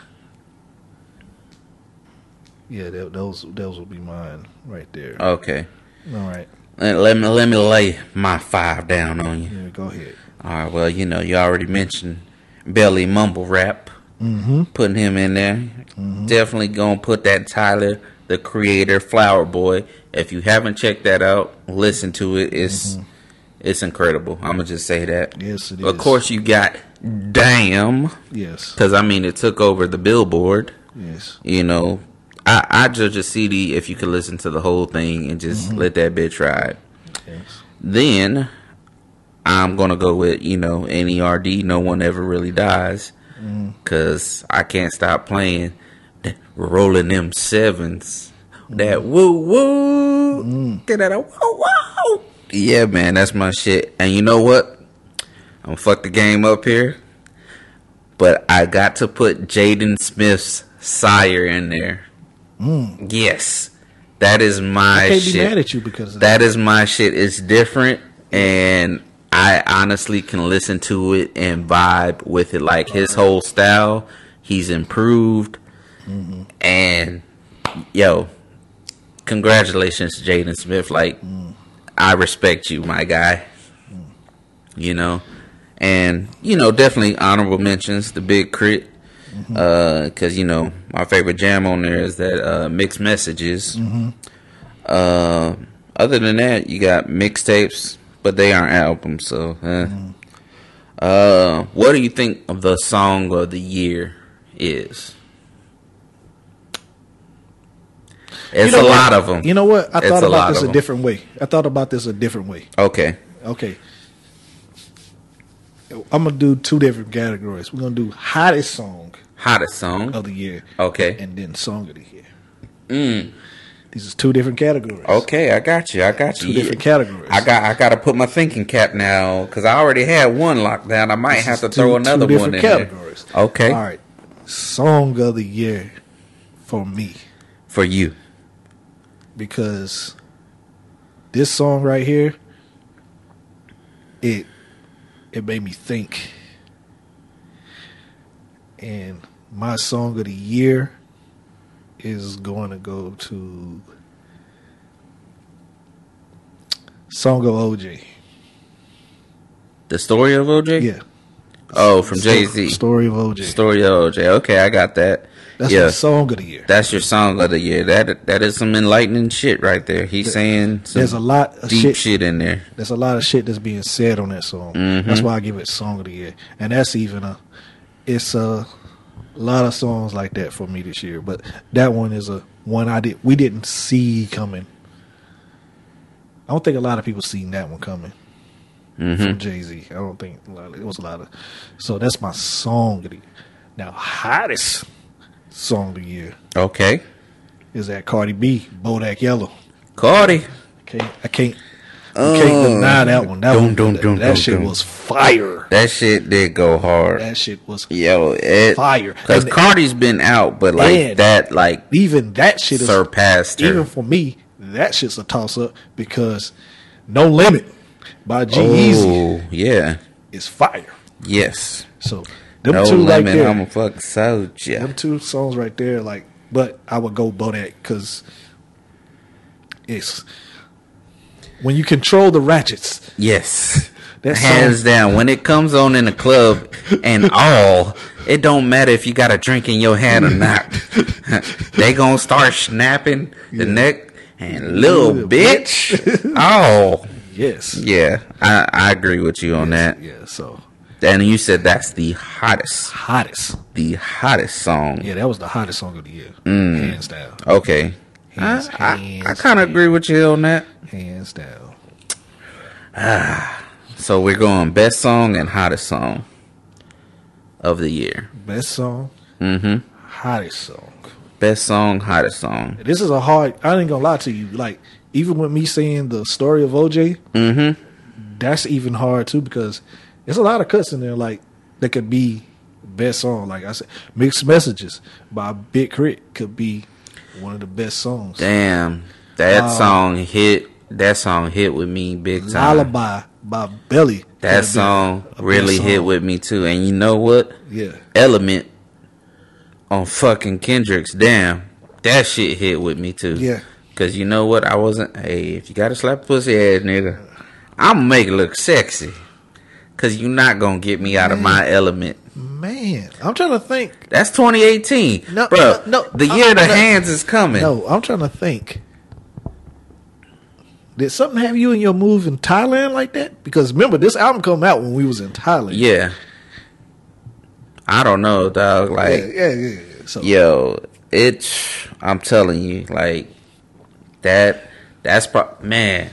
[SPEAKER 3] Yeah, that, those those will be mine right there.
[SPEAKER 2] Okay.
[SPEAKER 3] All right,
[SPEAKER 2] Let, let me let me lay my five down on you.
[SPEAKER 3] yeah, go ahead.
[SPEAKER 2] All right. Well, you know, you already mentioned Belly Mumble Rap.
[SPEAKER 3] Mm-hmm.
[SPEAKER 2] Putting him in there. Definitely gonna put that Tyler the Creator Flower Boy. If you haven't checked that out, listen to it. It's it's incredible. I'm gonna just say that.
[SPEAKER 3] Yes, Mm-hmm. it is.
[SPEAKER 2] Of course, you got Damn,
[SPEAKER 3] Yes.
[SPEAKER 2] because I mean, it took over the Billboard.
[SPEAKER 3] Yes.
[SPEAKER 2] you know, I, I judge a CD if you could listen to the whole thing and just
[SPEAKER 3] Mm-hmm.
[SPEAKER 2] let that bitch ride.
[SPEAKER 3] Yes.
[SPEAKER 2] Then I'm gonna go with you know N.E.R.D. No one ever really dies,
[SPEAKER 3] Mm-hmm,
[SPEAKER 2] cause I can't stop playing, th- rolling them sevens. That woo woo,
[SPEAKER 3] Mm.
[SPEAKER 2] get that woo woo. Yeah, man, that's my shit. And you know what? I'm gonna fuck the game up here, but I got to put Jaden Smith's sire in there. Yes, that is
[SPEAKER 3] mm-hmm.
[SPEAKER 2] my
[SPEAKER 3] I can't
[SPEAKER 2] shit.
[SPEAKER 3] be mad at you because of that.
[SPEAKER 2] That is my shit. It's different, and I honestly can listen to it and vibe with it. Like his whole style, he's improved, and yo, congratulations, Jaden Smith. Like I respect you, my guy. You know, and you know, definitely honorable mentions. The big crit.
[SPEAKER 3] Mm-hmm.
[SPEAKER 2] Uh, cause you know my favorite jam on there is that uh mixed messages.
[SPEAKER 3] Mm-hmm.
[SPEAKER 2] Uh, other than that, you got mixtapes, but they aren't albums. So, eh.
[SPEAKER 3] Mm-hmm.
[SPEAKER 2] uh, what do you think of the song of the year is? It's
[SPEAKER 3] You know
[SPEAKER 2] a
[SPEAKER 3] what?
[SPEAKER 2] lot of them.
[SPEAKER 3] You know what? I
[SPEAKER 2] It's
[SPEAKER 3] thought
[SPEAKER 2] a
[SPEAKER 3] about
[SPEAKER 2] lot
[SPEAKER 3] this
[SPEAKER 2] of
[SPEAKER 3] a
[SPEAKER 2] 'em.
[SPEAKER 3] different way. I thought about this a different way.
[SPEAKER 2] Okay.
[SPEAKER 3] Okay. I'm gonna do two different categories. We're gonna do hottest song
[SPEAKER 2] Hottest song.
[SPEAKER 3] of the year,
[SPEAKER 2] Okay. Mm.
[SPEAKER 3] and then song of the year. These is two different categories.
[SPEAKER 2] Okay, I got you. I got you.
[SPEAKER 3] Two different categories.
[SPEAKER 2] I got. I got to put my thinking cap now because I already had one lockdown. I might
[SPEAKER 3] This
[SPEAKER 2] have
[SPEAKER 3] is
[SPEAKER 2] to
[SPEAKER 3] two-
[SPEAKER 2] throw
[SPEAKER 3] two
[SPEAKER 2] another one
[SPEAKER 3] different
[SPEAKER 2] in
[SPEAKER 3] categories.
[SPEAKER 2] there. Okay.
[SPEAKER 3] All right. Song of the year for me
[SPEAKER 2] For you.
[SPEAKER 3] because this song right here, it it made me think. And my song of the year is going to go to Song of OJ.
[SPEAKER 2] The story of OJ.
[SPEAKER 3] Yeah.
[SPEAKER 2] Oh, from Jay Z.
[SPEAKER 3] Story of OJ.
[SPEAKER 2] Story of OJ. Okay, I got that.
[SPEAKER 3] That's
[SPEAKER 2] yeah,
[SPEAKER 3] my song of the year.
[SPEAKER 2] that's your song of the year. That that is some enlightening shit right there. He's saying some
[SPEAKER 3] There's a lot of
[SPEAKER 2] deep shit.
[SPEAKER 3] shit.
[SPEAKER 2] in there.
[SPEAKER 3] There's a lot of shit that's being said on that song. That's why I give it song of the year. And that's even a it's a lot of songs like that for me this year. But that one is a one I did we didn't see coming. I don't think a lot of people seen that one coming from Jay Z. I don't think a lot of, it was a lot of. So that's my song of the year. Now hottest song of the year
[SPEAKER 2] Okay,
[SPEAKER 3] is that Cardi B, Bodak Yellow.
[SPEAKER 2] Cardi.
[SPEAKER 3] Can't, I can't. You can't deny that one. That,
[SPEAKER 2] dum,
[SPEAKER 3] one,
[SPEAKER 2] dum,
[SPEAKER 3] that,
[SPEAKER 2] dum,
[SPEAKER 3] that
[SPEAKER 2] dum,
[SPEAKER 3] shit
[SPEAKER 2] dum.
[SPEAKER 3] was fire.
[SPEAKER 2] That shit did go hard.
[SPEAKER 3] That shit was
[SPEAKER 2] Yo, it
[SPEAKER 3] Fire.
[SPEAKER 2] Because
[SPEAKER 3] And-
[SPEAKER 2] Cardi's been out, but like
[SPEAKER 3] Man.
[SPEAKER 2] that, like
[SPEAKER 3] even that shit is
[SPEAKER 2] surpassed her.
[SPEAKER 3] even for me. That shit's a toss up because No Limit by G Easy
[SPEAKER 2] Oh, yeah,
[SPEAKER 3] is fire.
[SPEAKER 2] yes.
[SPEAKER 3] So them
[SPEAKER 2] no
[SPEAKER 3] two right
[SPEAKER 2] lemon,
[SPEAKER 3] there,
[SPEAKER 2] I'm a fuck soldier.
[SPEAKER 3] them two songs right there. Like, but I would go Bodak because it's when you control the ratchets.
[SPEAKER 2] Yes.
[SPEAKER 3] That
[SPEAKER 2] Hands
[SPEAKER 3] song-
[SPEAKER 2] down, when it comes on in the club and all, it don't matter if you got a drink in your hand or not. they gonna start snapping the neck and little
[SPEAKER 3] Little
[SPEAKER 2] bitch. oh,
[SPEAKER 3] Yes.
[SPEAKER 2] yeah, I, I agree with you on that.
[SPEAKER 3] Yeah. So
[SPEAKER 2] And you said that's the hottest,
[SPEAKER 3] hottest.
[SPEAKER 2] the hottest song.
[SPEAKER 3] Yeah, that was the hottest song of the year,
[SPEAKER 2] Mm.
[SPEAKER 3] hands down.
[SPEAKER 2] Okay,
[SPEAKER 3] Hands,
[SPEAKER 2] I,
[SPEAKER 3] hands,
[SPEAKER 2] I, I kind of agree with you on that.
[SPEAKER 3] Hands down.
[SPEAKER 2] So we're going best song and hottest song of the year.
[SPEAKER 3] Best song
[SPEAKER 2] Mm-hmm.
[SPEAKER 3] Hottest song.
[SPEAKER 2] Best song, hottest song.
[SPEAKER 3] This is a hard. I ain't gonna lie to you. Like even with me seeing the story of OJ,
[SPEAKER 2] Mm-hmm.
[SPEAKER 3] that's even hard too because there's a lot of cuts in there like that could be best song. Like I said, mixed messages by Big Crit could be one of the best songs.
[SPEAKER 2] Damn. That song hit that song hit with me big time.
[SPEAKER 3] Lullaby by Belly. could have
[SPEAKER 2] That
[SPEAKER 3] been
[SPEAKER 2] song
[SPEAKER 3] a best
[SPEAKER 2] really hit
[SPEAKER 3] song.
[SPEAKER 2] with me too. And you know what?
[SPEAKER 3] yeah.
[SPEAKER 2] Element on fucking Kendrick's damn. That shit hit with me too.
[SPEAKER 3] Yeah.
[SPEAKER 2] Cause you know what? I wasn't hey, if you gotta slap pussy ass nigga, I'ma make it look sexy. Cause you not gonna get me out of my element.
[SPEAKER 3] Man, I'm trying to think.
[SPEAKER 2] That's 2018.
[SPEAKER 3] No,
[SPEAKER 2] Bruh,
[SPEAKER 3] no, no,
[SPEAKER 2] the
[SPEAKER 3] I-
[SPEAKER 2] year of the
[SPEAKER 3] no.
[SPEAKER 2] hands is coming.
[SPEAKER 3] No, I'm trying to think. Did something have you in your move in Thailand like that? Because remember, this album come out when we was in Thailand.
[SPEAKER 2] Yeah. I don't know, dog. Like
[SPEAKER 3] yeah, yeah, yeah. yeah. So
[SPEAKER 2] yo it's i'm telling you like that that's pro- man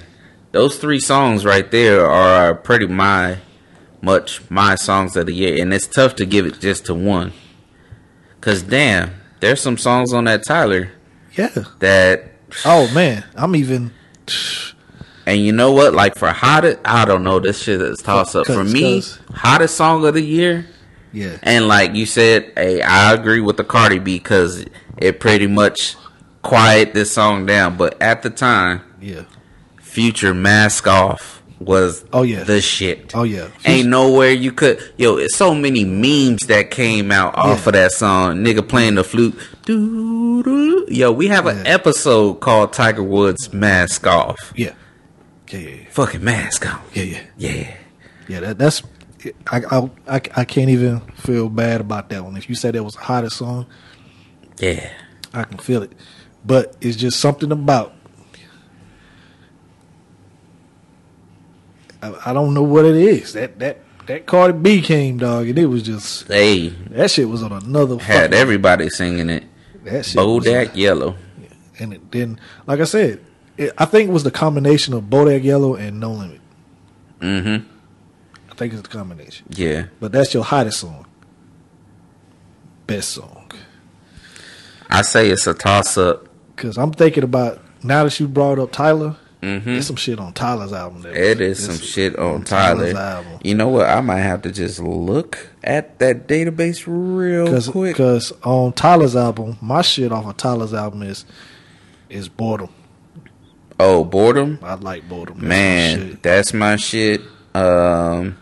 [SPEAKER 2] those three songs right there are pretty my much my songs of the year and it's tough to give it just to one because damn there's some songs on that tyler
[SPEAKER 3] yeah.
[SPEAKER 2] that
[SPEAKER 3] Oh man, I'm even.
[SPEAKER 2] and you know what like for hottest i don't know this shit is toss up for
[SPEAKER 3] Cause-
[SPEAKER 2] me
[SPEAKER 3] cause-
[SPEAKER 2] hottest song of the year
[SPEAKER 3] Yeah,
[SPEAKER 2] And like you said, hey, I agree with the Cardi B because it pretty much quiet this song down. But at the time,
[SPEAKER 3] yeah.
[SPEAKER 2] Future Mask Off was
[SPEAKER 3] Oh, yeah.
[SPEAKER 2] the shit.
[SPEAKER 3] Oh yeah.
[SPEAKER 2] Ain't nowhere you could yo. It's so many memes that came out off of that song. Nigga playing the flute. Doo-doo. Yo, we have an
[SPEAKER 3] Yeah.
[SPEAKER 2] episode called Tiger Woods Mask Off.
[SPEAKER 3] yeah. Yeah, yeah,
[SPEAKER 2] Fucking mask off.
[SPEAKER 3] yeah, yeah.
[SPEAKER 2] Yeah.
[SPEAKER 3] Yeah, that, that's. I, I I I can't even feel bad about that one. If you said that was the hottest song,
[SPEAKER 2] Yeah.
[SPEAKER 3] I can feel it. But it's just something about. I, I don't know what it is. That that that Cardi B came, dog, and it was just
[SPEAKER 2] They
[SPEAKER 3] that shit was on another.
[SPEAKER 2] had
[SPEAKER 3] fucking-
[SPEAKER 2] everybody singing it.
[SPEAKER 3] that shit was-
[SPEAKER 2] Bodak Yellow.
[SPEAKER 3] and it, then like I said, it, I think it was the combination of Bodak Yellow and No Limit.
[SPEAKER 2] Mm-hmm.
[SPEAKER 3] I think it's the combination.
[SPEAKER 2] Yeah.
[SPEAKER 3] But that's your hottest song, best song.
[SPEAKER 2] I say it's a toss up.
[SPEAKER 3] Because I'm thinking about now that you brought up Tyler,
[SPEAKER 2] Mm-hmm.
[SPEAKER 3] there's some shit on Tyler's album. That
[SPEAKER 2] It is some
[SPEAKER 3] that's-
[SPEAKER 2] shit on
[SPEAKER 3] Tyler's
[SPEAKER 2] Tyler.
[SPEAKER 3] album.
[SPEAKER 2] You know what? I might have to just look at that database real
[SPEAKER 3] Cause,
[SPEAKER 2] quick.
[SPEAKER 3] 'cause on Tyler's album, my shit off of Tyler's album is is boredom.
[SPEAKER 2] Oh, boredom,
[SPEAKER 3] I like boredom. That's my
[SPEAKER 2] man,
[SPEAKER 3] Oh, shit.
[SPEAKER 2] that's my shit. Um,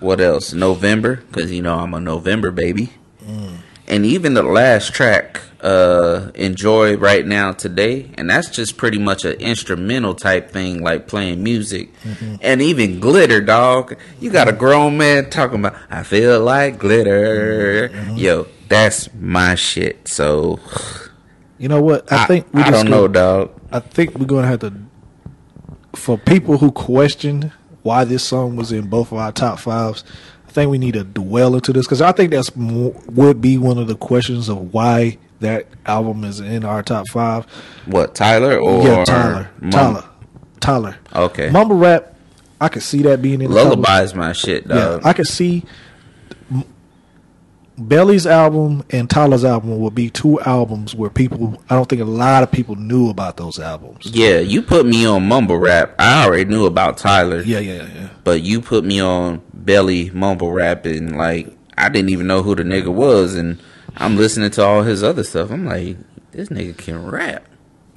[SPEAKER 2] what else? November, because you know I'm a November baby.
[SPEAKER 3] Mm.
[SPEAKER 2] And even the last track, uh, enjoy right now today, and that's just pretty much an instrumental type thing, like playing music.
[SPEAKER 3] Mm-hmm.
[SPEAKER 2] And even glitter, dog, you got a grown man talking about. I feel like glitter,
[SPEAKER 3] Mm-hmm.
[SPEAKER 2] yo. That's my shit. So
[SPEAKER 3] you know what? I,
[SPEAKER 2] I,
[SPEAKER 3] think we
[SPEAKER 2] I
[SPEAKER 3] just
[SPEAKER 2] don't
[SPEAKER 3] gonna-
[SPEAKER 2] know, dog.
[SPEAKER 3] I think we're gonna have to for people who question why this song was in both of our top fives. I think we need to dwell into this because I think that's mo- would be one of the questions of why that album is in our top five.
[SPEAKER 2] What Tyler or
[SPEAKER 3] yeah, Tyler,
[SPEAKER 2] Mum-
[SPEAKER 3] Tyler, Tyler.
[SPEAKER 2] Okay.
[SPEAKER 3] Mumble rap. I could see that being in the top-
[SPEAKER 2] Lullaby is my shit,
[SPEAKER 3] Yeah,
[SPEAKER 2] dog.
[SPEAKER 3] I could see. Belly's album and Tyler's album would be two albums where people. I don't think a lot of people knew about those albums.
[SPEAKER 2] yeah, you put me on mumble rap. I already knew about Tyler,
[SPEAKER 3] Yeah, yeah, yeah.
[SPEAKER 2] but you put me on belly mumble rap, and like I didn't even know who the nigga was, and I'm listening to all his other stuff. I'm like, this nigga can rap,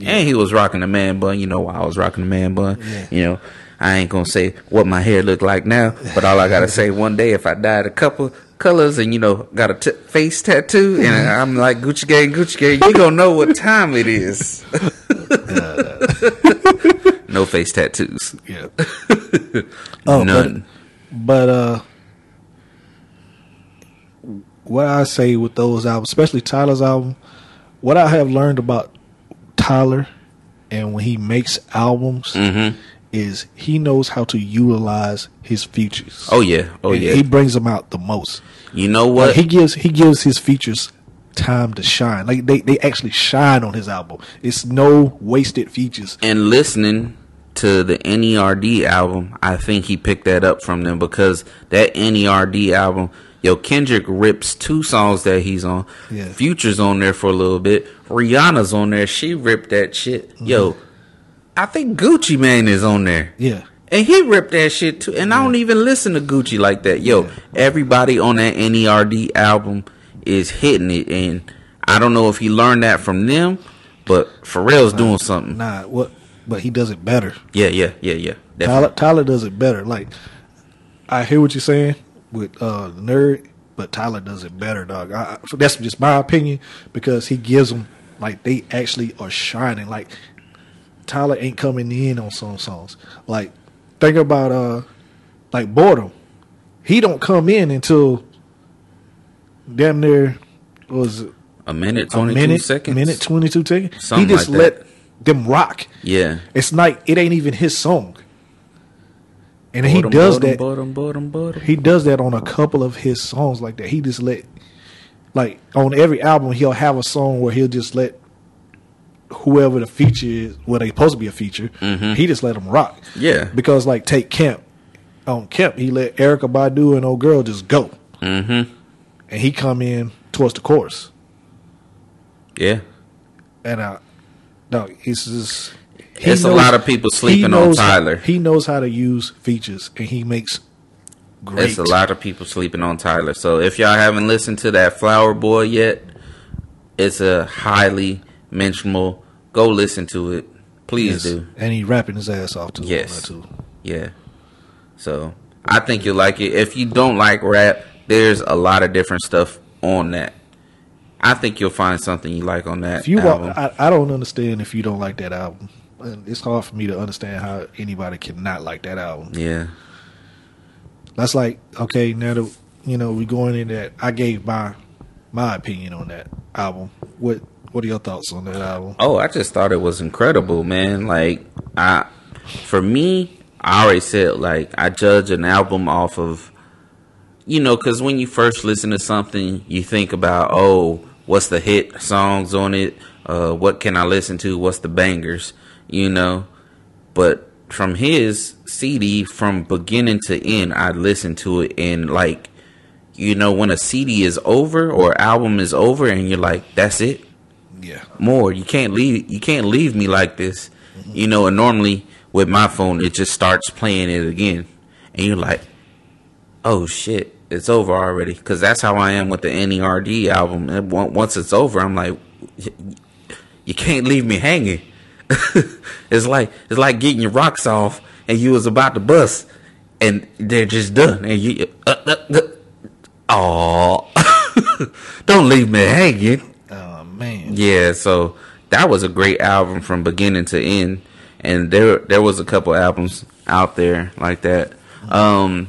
[SPEAKER 2] and he was rocking the man bun. You know why I was rocking the man bun?
[SPEAKER 3] Yeah.
[SPEAKER 2] You know. I ain't gonna say what my hair look like now, but all I gotta say one day if I dyed a couple colors and you know got a t- face tattoo and I'm like Gucci Gang, Gucci Gang, you gonna know what time it is. no face tattoos.
[SPEAKER 3] Yeah. oh,
[SPEAKER 2] None.
[SPEAKER 3] But, but uh, what I say with those albums, especially Tyler's album, what I have learned about Tyler and when he makes albums
[SPEAKER 2] Mm-hmm.
[SPEAKER 3] is he knows how to utilize his features.
[SPEAKER 2] Oh yeah. Oh
[SPEAKER 3] And
[SPEAKER 2] yeah.
[SPEAKER 3] He brings them out the most.
[SPEAKER 2] you know
[SPEAKER 3] Like,
[SPEAKER 2] what?
[SPEAKER 3] he gives he gives his features time to shine. Like they, they actually shine on his album. It's no wasted features.
[SPEAKER 2] and listening to the E NERD E album, I think he picked that up from them because that NERD album, Yo, Kendrick rips two songs that he's on.
[SPEAKER 3] Yeah.
[SPEAKER 2] Future's on there for a little bit. Rihanna's on there. She ripped that shit. Yo,
[SPEAKER 3] Mm-hmm.
[SPEAKER 2] I think Gucci Mane is on there.
[SPEAKER 3] Yeah.
[SPEAKER 2] And he ripped that shit too. And I don't even listen to Gucci like that. Yo,
[SPEAKER 3] Yeah.
[SPEAKER 2] everybody on that NERD album is hitting it. And I don't know if he learned that from them, but Pharrell's doing something.
[SPEAKER 3] Nah, what? But he does it better.
[SPEAKER 2] Yeah, yeah, yeah, yeah. Definitely.
[SPEAKER 3] Tyler, Tyler does it better. Like, I hear what you're saying with uh, the nerd, but Tyler does it better, dog. I, I- so that's just my opinion because he gives them like they actually are shining. Like, Tyler ain't coming in on some songs. Like, think about uh, like boredom. He don't come in until damn near what was it,
[SPEAKER 2] A minute,
[SPEAKER 3] a
[SPEAKER 2] 22
[SPEAKER 3] minute,
[SPEAKER 2] seconds.
[SPEAKER 3] minute twenty two seconds.
[SPEAKER 2] Something
[SPEAKER 3] he just
[SPEAKER 2] like
[SPEAKER 3] let
[SPEAKER 2] that.
[SPEAKER 3] them rock.
[SPEAKER 2] Yeah.
[SPEAKER 3] It's like it ain't even his song. And he
[SPEAKER 2] Bottom,
[SPEAKER 3] does
[SPEAKER 2] bottom,
[SPEAKER 3] that.
[SPEAKER 2] bottom, bottom, bottom.
[SPEAKER 3] He does that on a couple of his songs like that. He just let like on every album he'll have a song where he'll just let whoever the feature is, well they supposed to be a feature, he just let them rock.
[SPEAKER 2] Yeah.
[SPEAKER 3] Because like take Kemp. On Kemp, he let Erica Badu and old girl just go. Mm-hmm. And he come in towards the chorus.
[SPEAKER 2] Yeah.
[SPEAKER 3] And I no, he's just he
[SPEAKER 2] It's a
[SPEAKER 3] knows-
[SPEAKER 2] lot of people sleeping
[SPEAKER 3] he
[SPEAKER 2] on
[SPEAKER 3] knows-
[SPEAKER 2] Tyler.
[SPEAKER 3] He knows how to use features, and he makes great.
[SPEAKER 2] It's a lot of people sleeping on Tyler. So if y'all haven't listened to that Flower Boy yet, it's a highly mentionable. Go listen to it. Please
[SPEAKER 3] Yes.
[SPEAKER 2] do.
[SPEAKER 3] and he rapping his ass off too. on
[SPEAKER 2] Yes.
[SPEAKER 3] that, too.
[SPEAKER 2] Yeah. So I think you'll like it. If you don't like rap, there's a lot of different stuff on that. I think you'll find something you like on that.
[SPEAKER 3] If you,
[SPEAKER 2] album.
[SPEAKER 3] wa- I, I don't understand if you don't like that album. And It's hard for me to understand how anybody cannot like that album.
[SPEAKER 2] yeah.
[SPEAKER 3] That's like okay, now that you know we going in that. I gave my my opinion on that album. What What are your thoughts on that album?
[SPEAKER 2] Oh, I just thought it was incredible, man. Like I for me, I already said like I judge an album off of you know, cuz when you first listen to something, you think about, "Oh, what's the hit songs on it? Uh what can I listen to? What's the bangers?" You know. But from his CD from beginning to end, I listened to it and like you know when a CD is over or album is over and you're like, "That's it."
[SPEAKER 3] Yeah,
[SPEAKER 2] more. You can't leave. You can't leave me like this. You know. And normally with my phone, it just starts playing it again, and you're like, "Oh shit, it's over already." Because that's how I am with the NERD album. And on- once it's over, I'm like, "You can't leave me hanging." it's like it's like getting your rocks off, and you was about to bust, and they're just done, and you. Uh, uh, uh, Aw. don't leave me hanging.
[SPEAKER 3] oh man,
[SPEAKER 2] Yeah, so that was a great album from beginning to end, and there there was a couple albums out there like that. Um,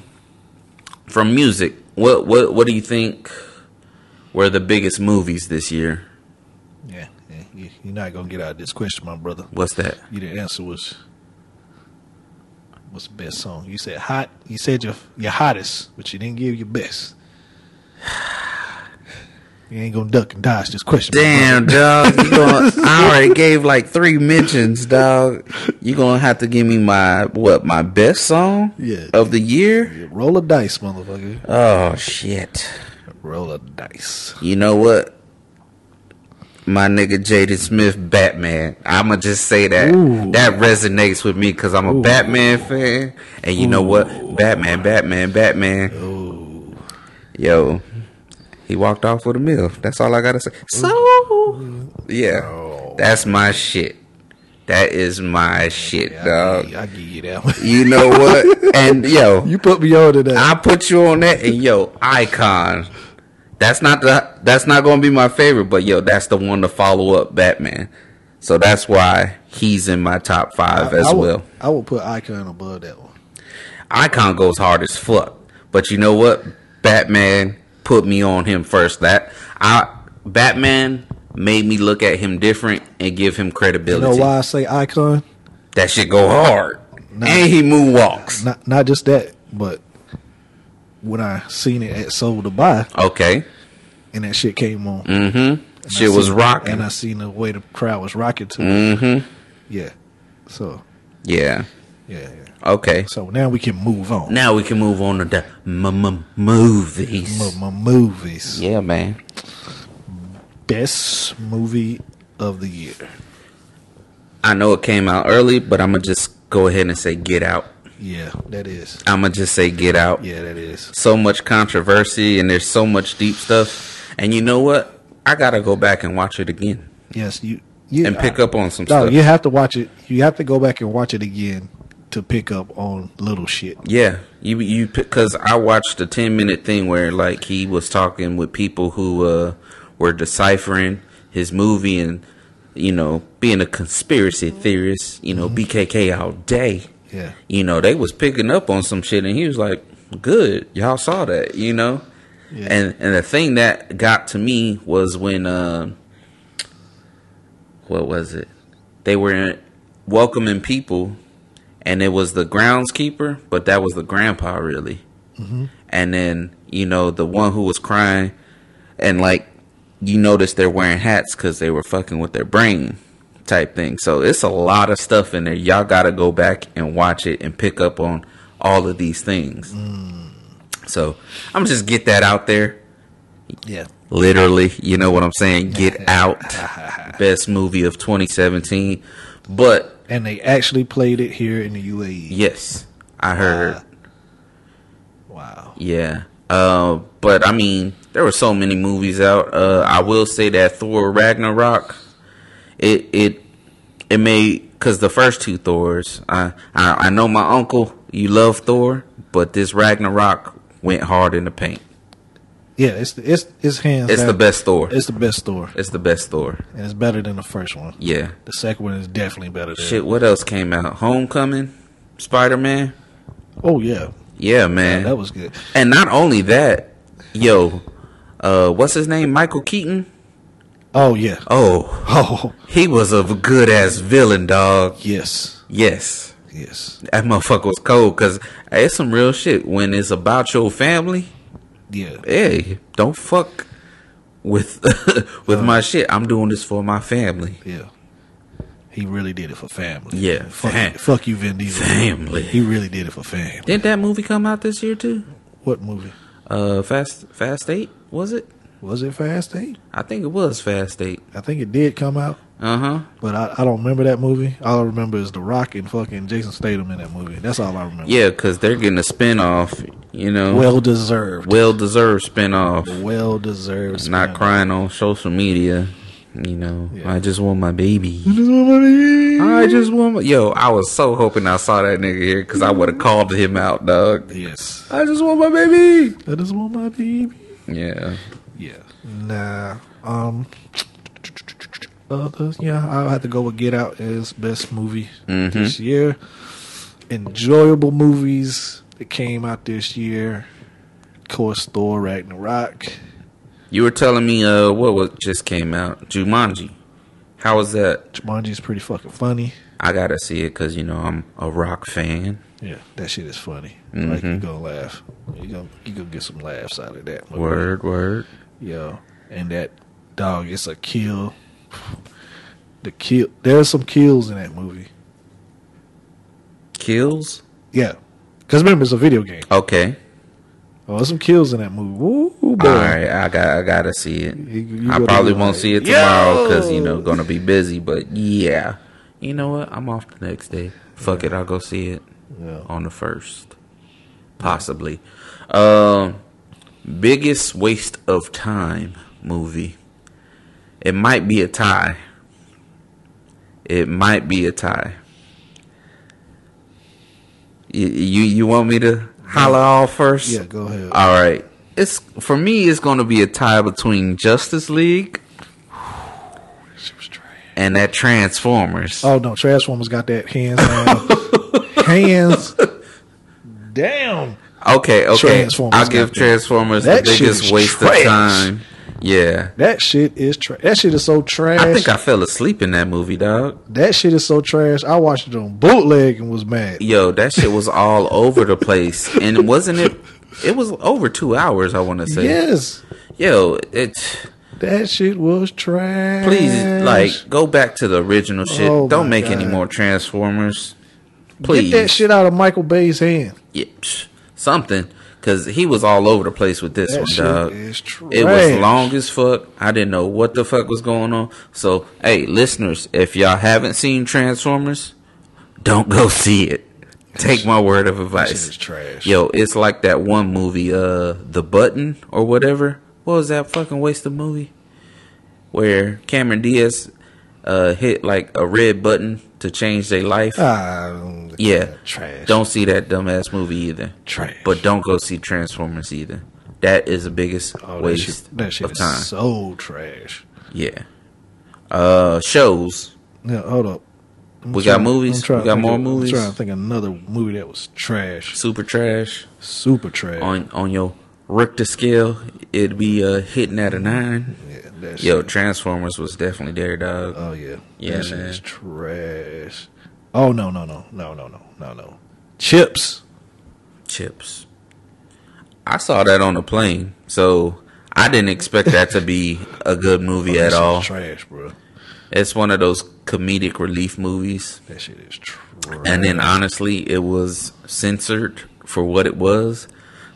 [SPEAKER 2] from music, what what what do you think were the biggest movies this year?
[SPEAKER 3] yeah, yeah. You- You're not gonna get out of this question, my brother.
[SPEAKER 2] What's that?
[SPEAKER 3] You didn't answer was what's the best song. You said hot. You said your your hottest, but you didn't give your best. You ain't gonna duck and dodge this question. my
[SPEAKER 2] Damn, dog! You gonna, I already gave like three mentions, dog. You gonna have to give me my what my best song
[SPEAKER 3] Yeah.
[SPEAKER 2] of the year?
[SPEAKER 3] brother. Roll a dice, motherfucker.
[SPEAKER 2] Oh shit!
[SPEAKER 3] Roll a dice.
[SPEAKER 2] You know what? My nigga Jaden Smith, Batman. I'ma just say that
[SPEAKER 3] Ooh.
[SPEAKER 2] that resonates with me because I'm a Batman fan, and you know what? Batman, Batman, Batman.
[SPEAKER 3] Oh,
[SPEAKER 2] Yo, he walked off with a meal. That's all I gotta say. So, yeah, that's my shit. That is my shit,
[SPEAKER 3] I,
[SPEAKER 2] dog.
[SPEAKER 3] give, I give you that one.
[SPEAKER 2] You know what? and yo,
[SPEAKER 3] you put me on to that.
[SPEAKER 2] I put you on that, and yo, icon. That's not the. That's not gonna be my favorite, but yo, that's the one to follow up Batman. So that's why he's in my top five as
[SPEAKER 3] I would,
[SPEAKER 2] well.
[SPEAKER 3] I would put Icon above that one.
[SPEAKER 2] Icon goes hard as fuck, but you know what? Batman put me on him first. That I Batman made me look at him different and give him
[SPEAKER 3] You
[SPEAKER 2] credibility.
[SPEAKER 3] know why I say Icon?
[SPEAKER 2] That shit go hard,
[SPEAKER 3] Nah.
[SPEAKER 2] and he moonwalks.
[SPEAKER 3] Not not just that, but when I seen it at Soul to Buy
[SPEAKER 2] Okay,
[SPEAKER 3] and that shit came on.
[SPEAKER 2] mm-hmm. Shit
[SPEAKER 3] I
[SPEAKER 2] was
[SPEAKER 3] seen-
[SPEAKER 2] rocking. Mm. Mm-hmm.
[SPEAKER 3] and I seen the way the crowd was rocking to it. Yeah, so
[SPEAKER 2] yeah.
[SPEAKER 3] Yeah, yeah.
[SPEAKER 2] Okay.
[SPEAKER 3] So now we can move on.
[SPEAKER 2] Now we can move on to the m- m- movies.
[SPEAKER 3] M- m- movies.
[SPEAKER 2] Yeah, man.
[SPEAKER 3] Best movie of the year.
[SPEAKER 2] I know it came out early, but I'm gonna just go ahead and say Get Out.
[SPEAKER 3] Yeah, that is.
[SPEAKER 2] I'm gonna just say Get Out.
[SPEAKER 3] Yeah, that is.
[SPEAKER 2] So much controversy and there's so much deep stuff. And you know what? I gotta go back and watch it again
[SPEAKER 3] Yes, you. you
[SPEAKER 2] and pick up on some
[SPEAKER 3] No,
[SPEAKER 2] stuff.
[SPEAKER 3] you have to watch it. You have to go back and watch it again to pick up on little shit.
[SPEAKER 2] Yeah, you you because I watched a ten minute thing where like he was talking with people who uh, were deciphering his movie and you know being a conspiracy theorist, you know
[SPEAKER 3] Mm-hmm.
[SPEAKER 2] BKK all day.
[SPEAKER 3] Yeah.
[SPEAKER 2] You know they was picking up on some shit and he was like, "Good, y'all saw that," you know.
[SPEAKER 3] Yeah.
[SPEAKER 2] And and the thing that got to me was when um, what was it? They were welcoming people and it was the groundskeeper, but that was the grandpa really. And then you know the one who was crying, and like you notice they're wearing hats because they were fucking with their brain type thing. So it's a lot of stuff in there. Y'all gotta go back and watch it and pick up on all of these things. So I'm just get that out there.
[SPEAKER 3] Yeah.
[SPEAKER 2] Literally, you know what I'm saying? Get out. Best movie of 2017. But
[SPEAKER 3] And they actually played it here in the E. UAE.
[SPEAKER 2] yes, I heard.
[SPEAKER 3] Wow.
[SPEAKER 2] Yeah. Uh, but I mean, there were so many movies out. Uh, I will say that Thor Ragnarok, it it it made because the first two Thors. I, I I know my uncle, you love Thor, but this Ragnarok went hard in the paint.
[SPEAKER 3] Yeah, it's the, it's it's hands.
[SPEAKER 2] It's
[SPEAKER 3] down-
[SPEAKER 2] the best Thor.
[SPEAKER 3] It's the best store,
[SPEAKER 2] It's the best Thor.
[SPEAKER 3] and it's better than the first one.
[SPEAKER 2] Yeah.
[SPEAKER 3] The second one is definitely better. Than
[SPEAKER 2] Shit. What else came out? Homecoming, Spider Man.
[SPEAKER 3] Oh yeah,
[SPEAKER 2] Yeah, man.
[SPEAKER 3] that was good.
[SPEAKER 2] And not only that, yo, uh, what's his name? Michael Keaton.
[SPEAKER 3] Oh yeah.
[SPEAKER 2] Oh,
[SPEAKER 3] Oh
[SPEAKER 2] He was a good ass villain, dog.
[SPEAKER 3] yes,
[SPEAKER 2] Yes,
[SPEAKER 3] yes,
[SPEAKER 2] that motherfucker was cold. Cause hey, it's some real shit. When it's about your family,
[SPEAKER 3] yeah,
[SPEAKER 2] hey, don't fuck with with my shit. I'm doing this for my family.
[SPEAKER 3] yeah. He really did it for family.
[SPEAKER 2] Yeah,
[SPEAKER 3] fuck,
[SPEAKER 2] fam-
[SPEAKER 3] fuck you, Vin Diesel.
[SPEAKER 2] Family.
[SPEAKER 3] He really did it for family.
[SPEAKER 2] Didn't that movie come out this year too?
[SPEAKER 3] What movie
[SPEAKER 2] Uh, Fast Fast Eight was it?
[SPEAKER 3] was it? Fast Eight.
[SPEAKER 2] I think it was Fast Eight.
[SPEAKER 3] I think it did come out,
[SPEAKER 2] Uh huh.
[SPEAKER 3] but I, I don't remember that movie. All I remember is The Rock and fucking Jason Statham in that movie. That's all I remember.
[SPEAKER 2] Yeah, cause they're getting a spinoff. You know, well
[SPEAKER 3] Well deserved.
[SPEAKER 2] well deserved spinoff.
[SPEAKER 3] Well deserved.
[SPEAKER 2] Not
[SPEAKER 3] spinoff.
[SPEAKER 2] crying on social media. You know,
[SPEAKER 3] Yeah.
[SPEAKER 2] I just want my baby.
[SPEAKER 3] This is what it is.
[SPEAKER 2] I just want. Yo, I was so hoping I saw that nigga here because I would have called him out, dog.
[SPEAKER 3] Yes.
[SPEAKER 2] Mm-hmm. I just want my baby.
[SPEAKER 3] I just want my baby.
[SPEAKER 2] Yeah.
[SPEAKER 3] Yeah. Nah. Um. Others, yeah, I'll have to go with Get Out as best movie
[SPEAKER 2] Mm-hmm.
[SPEAKER 3] this year. Enjoyable movies that came out this year. Of course, Thor Ragnarok.
[SPEAKER 2] You were telling me uh what was just came out Jumanji. How was that?
[SPEAKER 3] Jumanji's pretty fucking funny.
[SPEAKER 2] I gotta see it because you know I'm a rock fan.
[SPEAKER 3] Yeah, that shit is funny. Like you gonna laugh. You gonna you gonna get some laughs out of that. movie.
[SPEAKER 2] Word, word.
[SPEAKER 3] Yo, and that dog, it's a kill. The kill. There's some kills in that movie.
[SPEAKER 2] Kills.
[SPEAKER 3] Yeah, because remember it's a video game.
[SPEAKER 2] Okay.
[SPEAKER 3] Oh, there's some kills in that movie. Woo, boy.
[SPEAKER 2] All right. I got. I gotta see it.
[SPEAKER 3] You- you
[SPEAKER 2] I
[SPEAKER 3] gotta
[SPEAKER 2] probably
[SPEAKER 3] be
[SPEAKER 2] won't
[SPEAKER 3] like,
[SPEAKER 2] see it tomorrow
[SPEAKER 3] "Yo!"
[SPEAKER 2] because you know gonna be busy. But yeah, you know what? I'm off the next day. Fuck it. I'll go see it.
[SPEAKER 3] Yeah.
[SPEAKER 2] on the first, possibly. Um, biggest waste of time movie. It might be a tie. It might be a tie. You you, you want me to holler all first?
[SPEAKER 3] Yeah, go ahead.
[SPEAKER 2] All right. It's for me. It's going to be a tie between Justice League
[SPEAKER 3] She was trash.
[SPEAKER 2] and that Transformers.
[SPEAKER 3] Oh no, Transformers got that hands down. hands down.
[SPEAKER 2] Okay, okay.
[SPEAKER 3] Transformers
[SPEAKER 2] I'll give
[SPEAKER 3] got that.
[SPEAKER 2] Transformers
[SPEAKER 3] That
[SPEAKER 2] the
[SPEAKER 3] shit
[SPEAKER 2] biggest
[SPEAKER 3] is
[SPEAKER 2] waste
[SPEAKER 3] trash.
[SPEAKER 2] of time. Yeah.
[SPEAKER 3] That shit is trash. That shit is so trash.
[SPEAKER 2] I think I fell asleep in that movie, dog.
[SPEAKER 3] that shit is so trash. I watched it on bootleg and was mad.
[SPEAKER 2] Yo, that shit was all over the place, and wasn't it? It was over two hours. I want to say.
[SPEAKER 3] Yes,
[SPEAKER 2] Yo, it.
[SPEAKER 3] that shit was trash.
[SPEAKER 2] Please, like, go back to the original shit.
[SPEAKER 3] Oh
[SPEAKER 2] Don't
[SPEAKER 3] my
[SPEAKER 2] make any
[SPEAKER 3] God.
[SPEAKER 2] more Transformers. Please.
[SPEAKER 3] Get that shit out of Michael Bay's hand.
[SPEAKER 2] Yeah, psh, something. Because he was all over the place with this
[SPEAKER 3] That
[SPEAKER 2] one,
[SPEAKER 3] shit
[SPEAKER 2] dog.
[SPEAKER 3] is
[SPEAKER 2] It was
[SPEAKER 3] trash.
[SPEAKER 2] long as fuck. I didn't know what the fuck was going on. So, hey, listeners, if y'all haven't seen Transformers, don't go see it. Take my word of
[SPEAKER 3] That shit is
[SPEAKER 2] advice.
[SPEAKER 3] trash.
[SPEAKER 2] Yo, it's like that one movie, uh, The Button or whatever. What was that fucking wasted movie? Where Cameron Diaz uh, hit like a red button to change their life.
[SPEAKER 3] Ah,
[SPEAKER 2] yeah.
[SPEAKER 3] Trash.
[SPEAKER 2] Don't see that dumbass movie either.
[SPEAKER 3] Trash.
[SPEAKER 2] But don't go see Transformers either. That is the biggest
[SPEAKER 3] Oh, that shit,
[SPEAKER 2] waste
[SPEAKER 3] that shit
[SPEAKER 2] of
[SPEAKER 3] is
[SPEAKER 2] time.
[SPEAKER 3] so trash.
[SPEAKER 2] yeah. Uh, shows.
[SPEAKER 3] Yeah, hold up. I'm
[SPEAKER 2] We
[SPEAKER 3] trying-
[SPEAKER 2] got movies?
[SPEAKER 3] I'm trying
[SPEAKER 2] We
[SPEAKER 3] to
[SPEAKER 2] got
[SPEAKER 3] think
[SPEAKER 2] more
[SPEAKER 3] of-
[SPEAKER 2] movies?
[SPEAKER 3] I'm trying to think of another movie that was trash,
[SPEAKER 2] Super trash.
[SPEAKER 3] super trash.
[SPEAKER 2] On on your Richter scale, it'd be uh, hitting at a nine.
[SPEAKER 3] yeah, that
[SPEAKER 2] Yo,
[SPEAKER 3] shit-
[SPEAKER 2] Transformers was definitely there, dog.
[SPEAKER 3] oh yeah,
[SPEAKER 2] Yeah,
[SPEAKER 3] that shit
[SPEAKER 2] man.
[SPEAKER 3] is trash. Oh no, no, no, no, no, no, no, no. Chips.
[SPEAKER 2] Chips. I saw that on the plane, so I didn't expect that to be a good movie
[SPEAKER 3] Oh, That
[SPEAKER 2] at
[SPEAKER 3] shit is
[SPEAKER 2] all.
[SPEAKER 3] Trash, bro.
[SPEAKER 2] It's one of those comedic relief movies.
[SPEAKER 3] That shit is trash.
[SPEAKER 2] And then honestly, it was censored for what it was.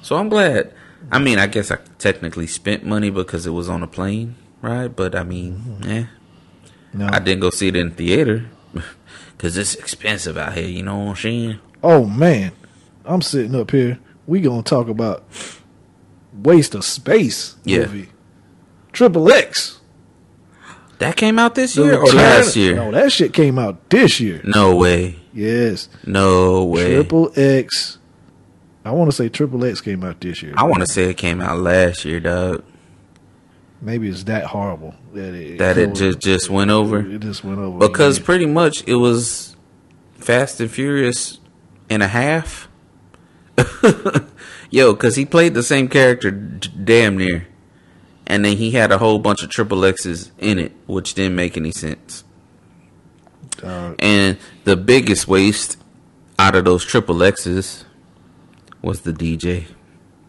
[SPEAKER 2] So I'm glad. I mean, I guess I technically spent money because it was on a plane, right? But I mean,
[SPEAKER 3] Mm-hmm.
[SPEAKER 2] eh,
[SPEAKER 3] no.
[SPEAKER 2] I didn't go see it in theater because it's expensive out here. You know what I'm saying?
[SPEAKER 3] Oh man, I'm sitting up here. We gonna talk about waste of space
[SPEAKER 2] Yeah.
[SPEAKER 3] movie. Triple X.
[SPEAKER 2] That came out this year or
[SPEAKER 3] China-
[SPEAKER 2] last year?
[SPEAKER 3] No,
[SPEAKER 2] No,
[SPEAKER 3] that shit came out this year.
[SPEAKER 2] way.
[SPEAKER 3] Yes.
[SPEAKER 2] No way.
[SPEAKER 3] Triple X. I want to say Triple X came out this year.
[SPEAKER 2] I want to say it came out last year, dog.
[SPEAKER 3] Maybe it's that horrible that it
[SPEAKER 2] That it just just went over.
[SPEAKER 3] It just went over
[SPEAKER 2] Because
[SPEAKER 3] Yeah.
[SPEAKER 2] pretty much it was Fast and Furious and a half. Yo, because he played the same character d- damn near. And then he had a whole bunch of triple X's in it, which didn't make any sense.
[SPEAKER 3] Uh,
[SPEAKER 2] And the biggest waste out of those triple X's was the DJ.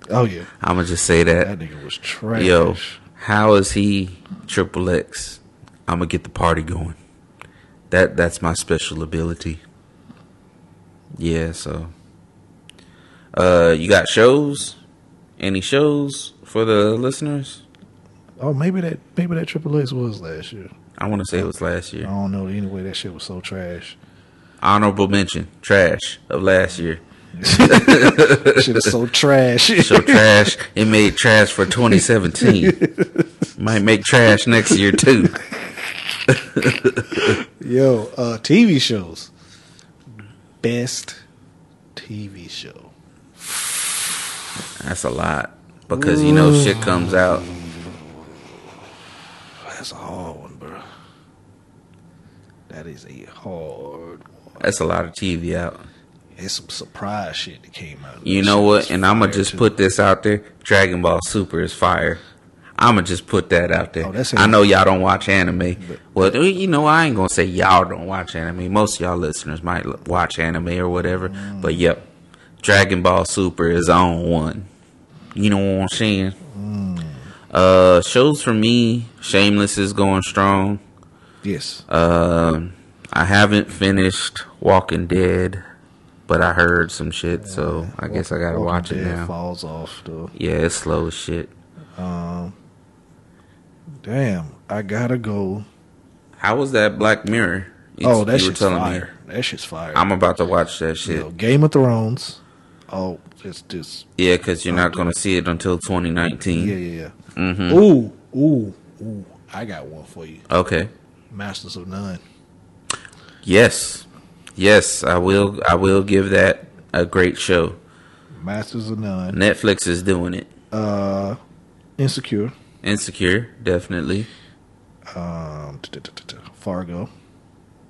[SPEAKER 3] oh yeah,
[SPEAKER 2] I'm going to just say
[SPEAKER 3] that
[SPEAKER 2] that.
[SPEAKER 3] nigga was trash.
[SPEAKER 2] Uh, Yo, how is he triple X? I'm going to get the party going. That That's my special ability. Yeah, so. Uh, you got shows? Any shows for the listeners?
[SPEAKER 3] Oh, maybe that maybe that Triple X was last year.
[SPEAKER 2] I want to say it was last
[SPEAKER 3] I
[SPEAKER 2] year.
[SPEAKER 3] don't know. Anyway, that shit was so trash.
[SPEAKER 2] Honorable mention, trash of last year.
[SPEAKER 3] That shit is so trash.
[SPEAKER 2] So trash, it made trash for 2017. Might make trash next year too.
[SPEAKER 3] Yo, uh, TV shows. Best TV show.
[SPEAKER 2] That's a lot because you know shit comes out.
[SPEAKER 3] That's a hard one, bro. That is a hard one.
[SPEAKER 2] That's a lot of TV out.
[SPEAKER 3] It's some surprise shit that came out.
[SPEAKER 2] You
[SPEAKER 3] That
[SPEAKER 2] know
[SPEAKER 3] shit
[SPEAKER 2] what?
[SPEAKER 3] was
[SPEAKER 2] And I'm gonna
[SPEAKER 3] fire,
[SPEAKER 2] just
[SPEAKER 3] too.
[SPEAKER 2] put this out there. Dragon Ball Super is fire. I'm gonna just put that out there.
[SPEAKER 3] Oh, that's
[SPEAKER 2] I
[SPEAKER 3] it.
[SPEAKER 2] know y'all don't watch anime. Well, you know I ain't gonna say y'all don't watch anime. Most of y'all listeners might l- watch anime or whatever. But yep, Dragon Ball Super is on one. You know what I'm saying? Uh, shows for me, Shameless is going strong.
[SPEAKER 3] Yes.
[SPEAKER 2] Um, I haven't finished Walking Dead, but I heard some shit, so I guess I gotta
[SPEAKER 3] Uh-huh. Walking
[SPEAKER 2] watch it
[SPEAKER 3] Dead
[SPEAKER 2] now.
[SPEAKER 3] Falls off though. Um,
[SPEAKER 2] Yeah, it's slow as shit.
[SPEAKER 3] Damn, I gotta go.
[SPEAKER 2] How was that Black Mirror? You,
[SPEAKER 3] oh, that
[SPEAKER 2] you were
[SPEAKER 3] shit's fire. That shit's fire.
[SPEAKER 2] I'm about to watch that
[SPEAKER 3] you
[SPEAKER 2] shit.
[SPEAKER 3] know, Game of Thrones. Oh, it's just
[SPEAKER 2] Yeah, because you're not gonna see it until Mm-hmm. 2019.
[SPEAKER 3] yeah, yeah, yeah.
[SPEAKER 2] Mm.
[SPEAKER 3] Ooh, ooh, ooh. I got one for you.
[SPEAKER 2] Okay.
[SPEAKER 3] Masters of None.
[SPEAKER 2] Yes, yes, I will. I will give that a great show.
[SPEAKER 3] Masters of None.
[SPEAKER 2] Netflix is doing it.
[SPEAKER 3] Uh, Insecure.
[SPEAKER 2] Insecure, definitely.
[SPEAKER 3] Um, t- t- t- t- Fargo.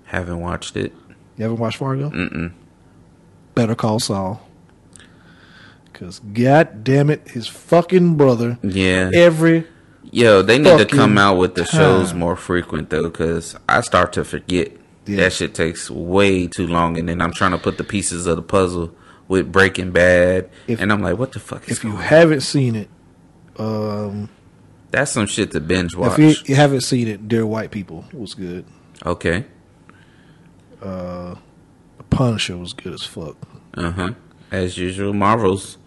[SPEAKER 2] Haven't watched it.
[SPEAKER 3] You ever watched Fargo?
[SPEAKER 2] Mm-mm.
[SPEAKER 3] Better Call Saul. Cause god damn it, his fucking brother.
[SPEAKER 2] Yeah.
[SPEAKER 3] Every
[SPEAKER 2] Yo, they need to
[SPEAKER 3] Fucking
[SPEAKER 2] come out with the shows
[SPEAKER 3] time.
[SPEAKER 2] more frequent though, because I start to forget.
[SPEAKER 3] Yeah.
[SPEAKER 2] That shit takes way too long, and then I'm trying to put the pieces of the puzzle with Breaking Bad,
[SPEAKER 3] If-
[SPEAKER 2] and I'm like, what the fuck is
[SPEAKER 3] if you
[SPEAKER 2] going on?
[SPEAKER 3] haven't seen it, um,
[SPEAKER 2] That's some shit to binge watch.
[SPEAKER 3] if you, you haven't seen it, Dear White People was good.
[SPEAKER 2] okay,
[SPEAKER 3] Uh, Punisher was good as fuck.
[SPEAKER 2] Uh huh. As usual, Marvel's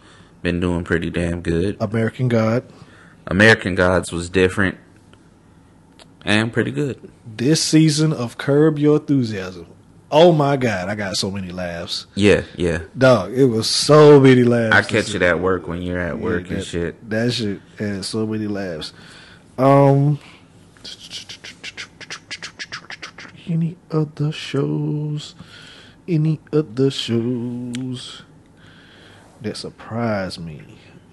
[SPEAKER 2] been doing pretty damn good.
[SPEAKER 3] American God.
[SPEAKER 2] American Gods was different and pretty good.
[SPEAKER 3] This season of Curb Your Enthusiasm. Oh my God, I got so many laughs.
[SPEAKER 2] Yeah, yeah.
[SPEAKER 3] Dog, it was so many laughs.
[SPEAKER 2] I catch it at work when you're at work and
[SPEAKER 3] that,
[SPEAKER 2] shit.
[SPEAKER 3] That shit had so many laughs. Um, any other shows? Any other shows that surprised me?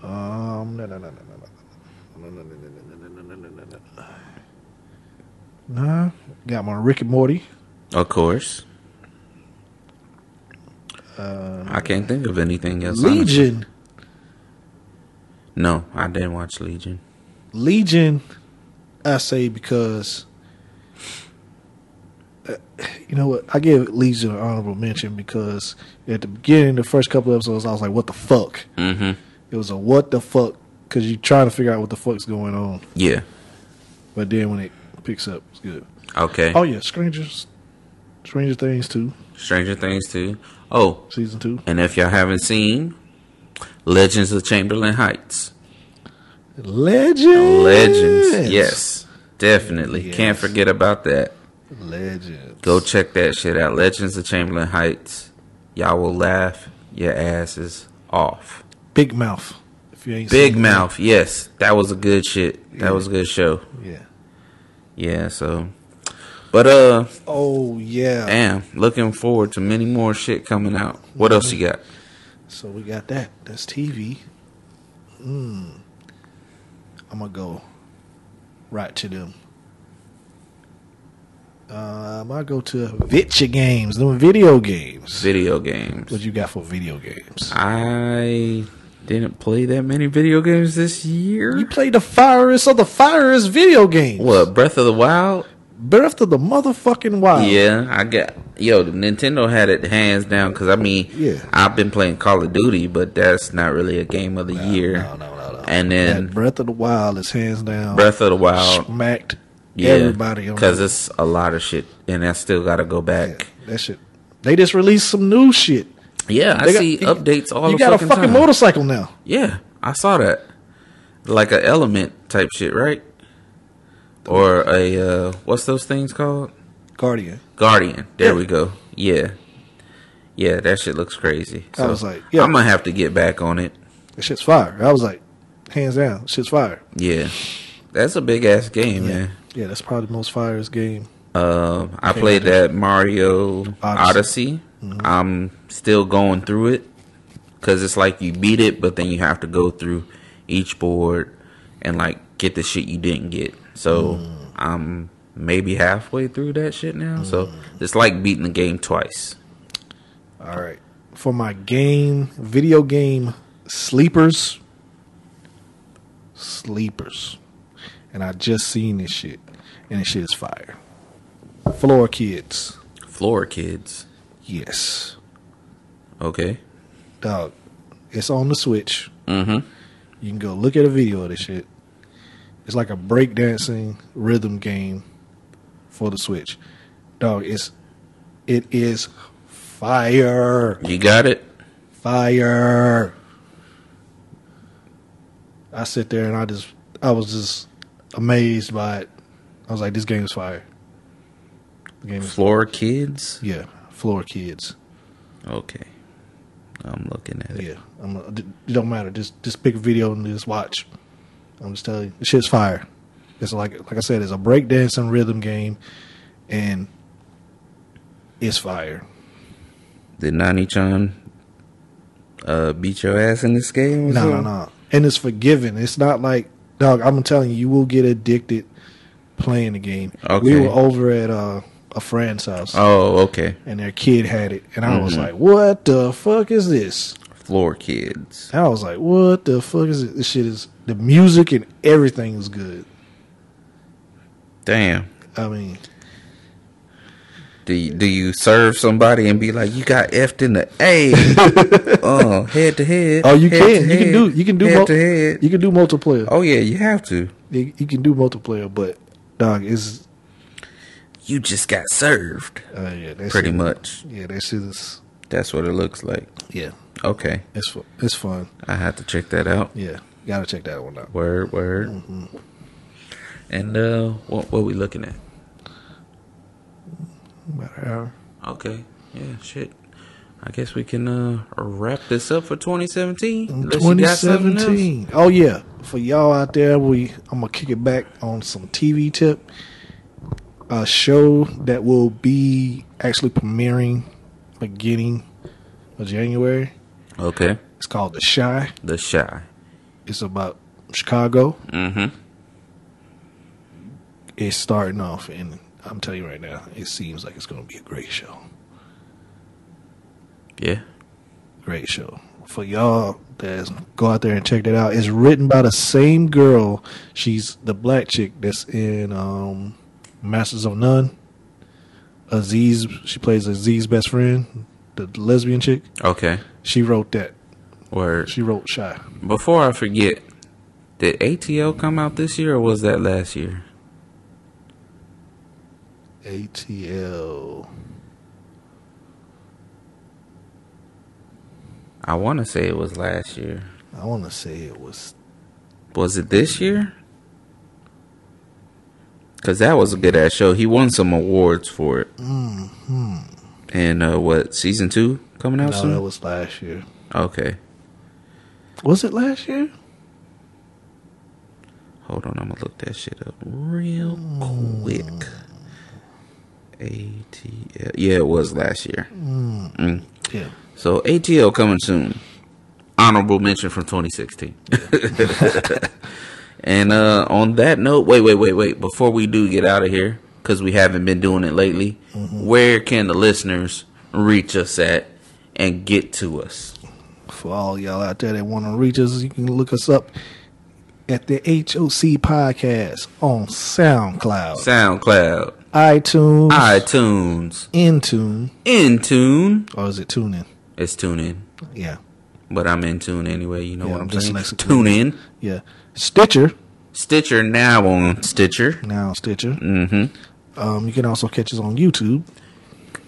[SPEAKER 3] Um, no, no, no, no, no, no, no, no, no, no, no, no, no, no, no, no, no. Nah, got my Rick and Morty.
[SPEAKER 2] Of course.
[SPEAKER 3] Uh,
[SPEAKER 2] I can't think of anything else. honestly.
[SPEAKER 3] Legion.
[SPEAKER 2] No, I didn't watch Legion.
[SPEAKER 3] Legion, I say because uh, you know what? I give Legion an honorable mention because at the beginning, the first couple episodes, I was like, "What the fuck?"
[SPEAKER 2] Mm hmm.
[SPEAKER 3] It was a "What the fuck?" because you're trying to figure out what the fuck's going on.
[SPEAKER 2] Yeah.
[SPEAKER 3] But then when it picks up, it's good.
[SPEAKER 2] Okay.
[SPEAKER 3] Oh yeah, Strangers, Stranger Things two,
[SPEAKER 2] Stranger Things too. Oh,
[SPEAKER 3] season two.
[SPEAKER 2] and if y'all haven't seen Legends of Chamberlain Heights,
[SPEAKER 3] Legends.
[SPEAKER 2] Legends. Yes. Definitely. Can't
[SPEAKER 3] Yes.
[SPEAKER 2] forget about that.
[SPEAKER 3] Legends.
[SPEAKER 2] Go check that shit out. Legends of Chamberlain Heights. Y'all will laugh your asses off.
[SPEAKER 3] Big Mouth. If you ain't
[SPEAKER 2] Big
[SPEAKER 3] seen it.
[SPEAKER 2] Mouth. Yes. That was a good shit. That was a good show.
[SPEAKER 3] Yeah.
[SPEAKER 2] Yeah, so but uh
[SPEAKER 3] Oh yeah.
[SPEAKER 2] damn, looking forward to many more shit coming out. What else you got?
[SPEAKER 3] So we got that. That's TV. Mm. I'm gonna go right to them. Um, I go to Vitcha games, them video games.
[SPEAKER 2] Video
[SPEAKER 3] what
[SPEAKER 2] games.
[SPEAKER 3] you got for video games?
[SPEAKER 2] I didn't play that many video games this year.
[SPEAKER 3] You played the firest of the firest video games.
[SPEAKER 2] What Breath of the Wild?
[SPEAKER 3] Breath of the motherfucking Wild.
[SPEAKER 2] Yeah, I got yo. Nintendo had it hands down because I mean,
[SPEAKER 3] Yeah.
[SPEAKER 2] I've been playing Call of Duty, but that's not really a game of the year.
[SPEAKER 3] No, no, no, no.
[SPEAKER 2] And then
[SPEAKER 3] that Breath of the Wild is hands down
[SPEAKER 2] Breath of the Wild,
[SPEAKER 3] smacked
[SPEAKER 2] yeah,
[SPEAKER 3] everybody on
[SPEAKER 2] because it's a lot of shit, and I still got to go back.
[SPEAKER 3] that shit. They just released some new shit.
[SPEAKER 2] Yeah, I
[SPEAKER 3] They got-
[SPEAKER 2] see
[SPEAKER 3] you-
[SPEAKER 2] updates all
[SPEAKER 3] You
[SPEAKER 2] the
[SPEAKER 3] got
[SPEAKER 2] fucking,
[SPEAKER 3] a fucking
[SPEAKER 2] time.
[SPEAKER 3] motorcycle now.
[SPEAKER 2] Yeah, I saw that, like a element type shit, right? Or a uh, what's those things called?
[SPEAKER 3] Guardian.
[SPEAKER 2] Guardian. There
[SPEAKER 3] Yeah.
[SPEAKER 2] we go. Yeah. Yeah, that shit looks crazy.
[SPEAKER 3] I
[SPEAKER 2] So
[SPEAKER 3] was like, yeah.
[SPEAKER 2] I'm gonna have to get back on it.
[SPEAKER 3] That shit's fire. I was like, hands down, shit's fire.
[SPEAKER 2] Yeah. That's a big ass game, man.
[SPEAKER 3] Yeah, that's probably the most fireest game.
[SPEAKER 2] Um I
[SPEAKER 3] Okay,
[SPEAKER 2] played
[SPEAKER 3] I do.
[SPEAKER 2] that Mario Odyssey.
[SPEAKER 3] Mm-hmm.
[SPEAKER 2] I'm still going through it cuz it's like you beat it but then you have to go through each board and like get the shit you didn't get. So
[SPEAKER 3] Mm.
[SPEAKER 2] I'm maybe halfway through that shit now.
[SPEAKER 3] Mm.
[SPEAKER 2] So it's like beating the game twice.
[SPEAKER 3] All right. For my game, video game sleepers, sleepers. And I just seen this shit, and this shit is fire. Floor Kids.
[SPEAKER 2] Floor kids.
[SPEAKER 3] Yes.
[SPEAKER 2] Okay.
[SPEAKER 3] Dog, it's on the Switch.
[SPEAKER 2] Mhm.
[SPEAKER 3] You can go look at a video of this shit. It's like a breakdancing rhythm game for the Switch. Dog, it's it is fire.
[SPEAKER 2] You got it?
[SPEAKER 3] Fire. I sit there and I just I was just amazed by it. I was like, this game is fire. The game is
[SPEAKER 2] Floor kids?
[SPEAKER 3] yeah, floor kids.
[SPEAKER 2] Okay. I'm looking at it.
[SPEAKER 3] Yeah, I'm. A, it don't matter. Just just pick a video and just watch. I'm just telling you, the shit's fire. It's like like I said, it's a breakdancing rhythm game, and it's fire.
[SPEAKER 2] Did Nani Chan uh, beat your ass in this game? or
[SPEAKER 3] No, no,
[SPEAKER 2] something?
[SPEAKER 3] no. And it's forgiving. It's not like dog. I'm telling you, you will get addicted playing the game.
[SPEAKER 2] Okay.
[SPEAKER 3] We were over at uh, a friend's house,
[SPEAKER 2] Oh, Mm-hmm. okay.
[SPEAKER 3] and their kid had it, and I was like, "What the fuck is this?"
[SPEAKER 2] Floor kids.
[SPEAKER 3] And I was like, "What the fuck is it? This shit is the music and everything is good."
[SPEAKER 2] Damn.
[SPEAKER 3] I mean,
[SPEAKER 2] Do you, do you serve somebody and be like, you got effed in the A? oh, head to head.
[SPEAKER 3] Oh, you
[SPEAKER 2] head
[SPEAKER 3] can.
[SPEAKER 2] to
[SPEAKER 3] You can do.
[SPEAKER 2] head,
[SPEAKER 3] You can do.
[SPEAKER 2] head
[SPEAKER 3] mul-
[SPEAKER 2] to head.
[SPEAKER 3] You can do multiplayer.
[SPEAKER 2] oh yeah, you have to.
[SPEAKER 3] You, you can do multiplayer, but dog is
[SPEAKER 2] You just got served,
[SPEAKER 3] uh, yeah. That's
[SPEAKER 2] pretty much.
[SPEAKER 3] Yeah, that shit is
[SPEAKER 2] That's what it looks like.
[SPEAKER 3] Yeah,
[SPEAKER 2] Okay,
[SPEAKER 3] it's fu- it's fun.
[SPEAKER 2] I have to check that out.
[SPEAKER 3] Yeah, gotta check that one out.
[SPEAKER 2] Word,
[SPEAKER 3] Mm.
[SPEAKER 2] word. And uh, what what we looking at?
[SPEAKER 3] About an hour.
[SPEAKER 2] Okay, yeah, shit. I guess we can uh wrap this up for
[SPEAKER 3] Mm-hmm.
[SPEAKER 2] 2017. Unless you got something else.
[SPEAKER 3] 2017. Oh yeah, for y'all out there, we I'm gonna kick it back on some TV tip. A show that will be actually premiering beginning of January.
[SPEAKER 2] Okay,
[SPEAKER 3] It's called The Shy.
[SPEAKER 2] the shy.
[SPEAKER 3] It's about Chicago.
[SPEAKER 2] Mm-hmm.
[SPEAKER 3] It's starting off, and I'm telling you right now, it seems like it's gonna be a great show.
[SPEAKER 2] Yeah.
[SPEAKER 3] Great show for y'all. That's go out there and check that out. It's written by the same girl. She's the black chick that's in um, Masters of None. Aziz, she plays Aziz's best friend, the lesbian chick.
[SPEAKER 2] Okay.
[SPEAKER 3] She wrote that.
[SPEAKER 2] Word.
[SPEAKER 3] She wrote Shy.
[SPEAKER 2] Before I forget, did ATL come out this year or was that last year?
[SPEAKER 3] ATL.
[SPEAKER 2] I want to say it was last year.
[SPEAKER 3] I want to say it was.
[SPEAKER 2] Was it this year? Because that was a good ass show. He won some awards for it.
[SPEAKER 3] Mm-hmm.
[SPEAKER 2] And uh, what, season two coming out
[SPEAKER 3] No,
[SPEAKER 2] soon?
[SPEAKER 3] that was last year.
[SPEAKER 2] okay.
[SPEAKER 3] Was it last year?
[SPEAKER 2] Hold on. I'm going to look that shit up real quick. ATL. Yeah, it was last year. Mm.
[SPEAKER 3] Yeah.
[SPEAKER 2] So ATL coming soon. Honorable mention from 2016. and uh, on that note, wait, wait, wait, wait. Before we do get out of here, because we haven't been doing it lately, where can the listeners reach us at and get to us?
[SPEAKER 3] For all y'all out there that want to reach us, you can look us up at the HOC Podcast on SoundCloud,
[SPEAKER 2] SoundCloud,
[SPEAKER 3] iTunes,
[SPEAKER 2] iTunes,
[SPEAKER 3] Intune,
[SPEAKER 2] Intune.
[SPEAKER 3] or is it TuneIn?
[SPEAKER 2] It's tune in,
[SPEAKER 3] Yeah,
[SPEAKER 2] but I'm in tune anyway. You know
[SPEAKER 3] Yeah,
[SPEAKER 2] what I'm
[SPEAKER 3] I'm
[SPEAKER 2] saying?
[SPEAKER 3] dyslexic.
[SPEAKER 2] Tune in.
[SPEAKER 3] yeah. Stitcher
[SPEAKER 2] Stitcher now on Stitcher.
[SPEAKER 3] now, Stitcher.
[SPEAKER 2] Mm-hmm.
[SPEAKER 3] Um, you can also catch us on YouTube,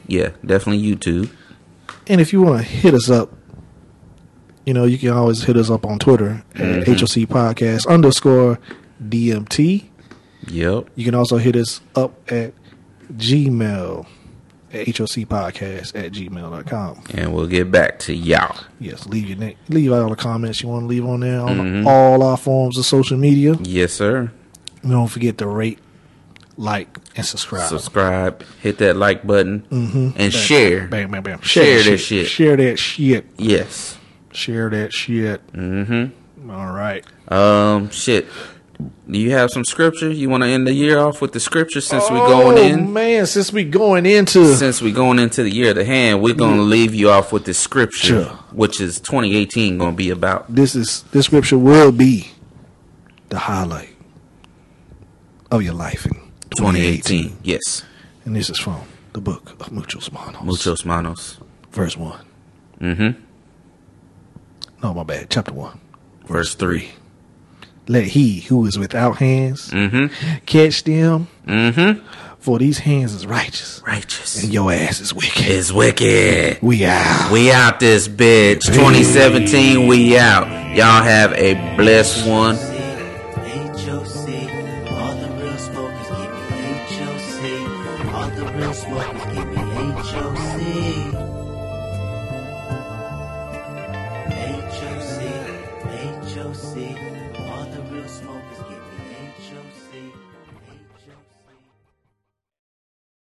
[SPEAKER 2] Yeah, definitely YouTube.
[SPEAKER 3] and if you want to hit us up, you know you can always hit us up on Twitter at HOC Podcast underscore DMT.
[SPEAKER 2] Yep.
[SPEAKER 3] You can also hit us up at Gmail at HOC Podcast at gmail.com.
[SPEAKER 2] And we'll get back to y'all.
[SPEAKER 3] Yes, leave your name, leave out all the comments you want to leave on there on
[SPEAKER 2] Mm-hmm.
[SPEAKER 3] all our forms of social media.
[SPEAKER 2] Yes, sir.
[SPEAKER 3] And don't forget to rate, like, and subscribe.
[SPEAKER 2] Subscribe, hit that like button,
[SPEAKER 3] Mhm.
[SPEAKER 2] and share.
[SPEAKER 3] Bang, bang, bang.
[SPEAKER 2] Share
[SPEAKER 3] that
[SPEAKER 2] that shit.
[SPEAKER 3] Share that shit.
[SPEAKER 2] Yes.
[SPEAKER 3] Share that shit. Mm-hmm. All right.
[SPEAKER 2] Um, shit. Do you have some scripture? You want to end the year off with the scripture since we
[SPEAKER 3] oh,
[SPEAKER 2] going in?
[SPEAKER 3] man, since we going into
[SPEAKER 2] Since we going into the year of the hand, we're going to leave you off with the scripture,
[SPEAKER 3] Mm. Sure.
[SPEAKER 2] which is 2018 going to be about.
[SPEAKER 3] this is this scripture will be the highlight of your life in 2018.
[SPEAKER 2] 2018. Yes.
[SPEAKER 3] And this is from the book of Muchos Manos.
[SPEAKER 2] Muchos manos.
[SPEAKER 3] Verse 1.
[SPEAKER 2] Mm-hmm.
[SPEAKER 3] No, my bad. Chapter 1.
[SPEAKER 2] Verse 3.
[SPEAKER 3] Let he who is without hands
[SPEAKER 2] Mm-hmm.
[SPEAKER 3] catch them,
[SPEAKER 2] Mm-hmm.
[SPEAKER 3] for these hands is righteous,
[SPEAKER 2] Righteous
[SPEAKER 3] and your ass is wicked.
[SPEAKER 2] is wicked.
[SPEAKER 3] We out.
[SPEAKER 2] We out this bitch. 2017, we out. Y'all have a blessed one.
[SPEAKER 1] HOC, all the real smokers, give me HOC. All the real smokers, give me HOC. HOC, HOC, all the real smokers, give me HOC.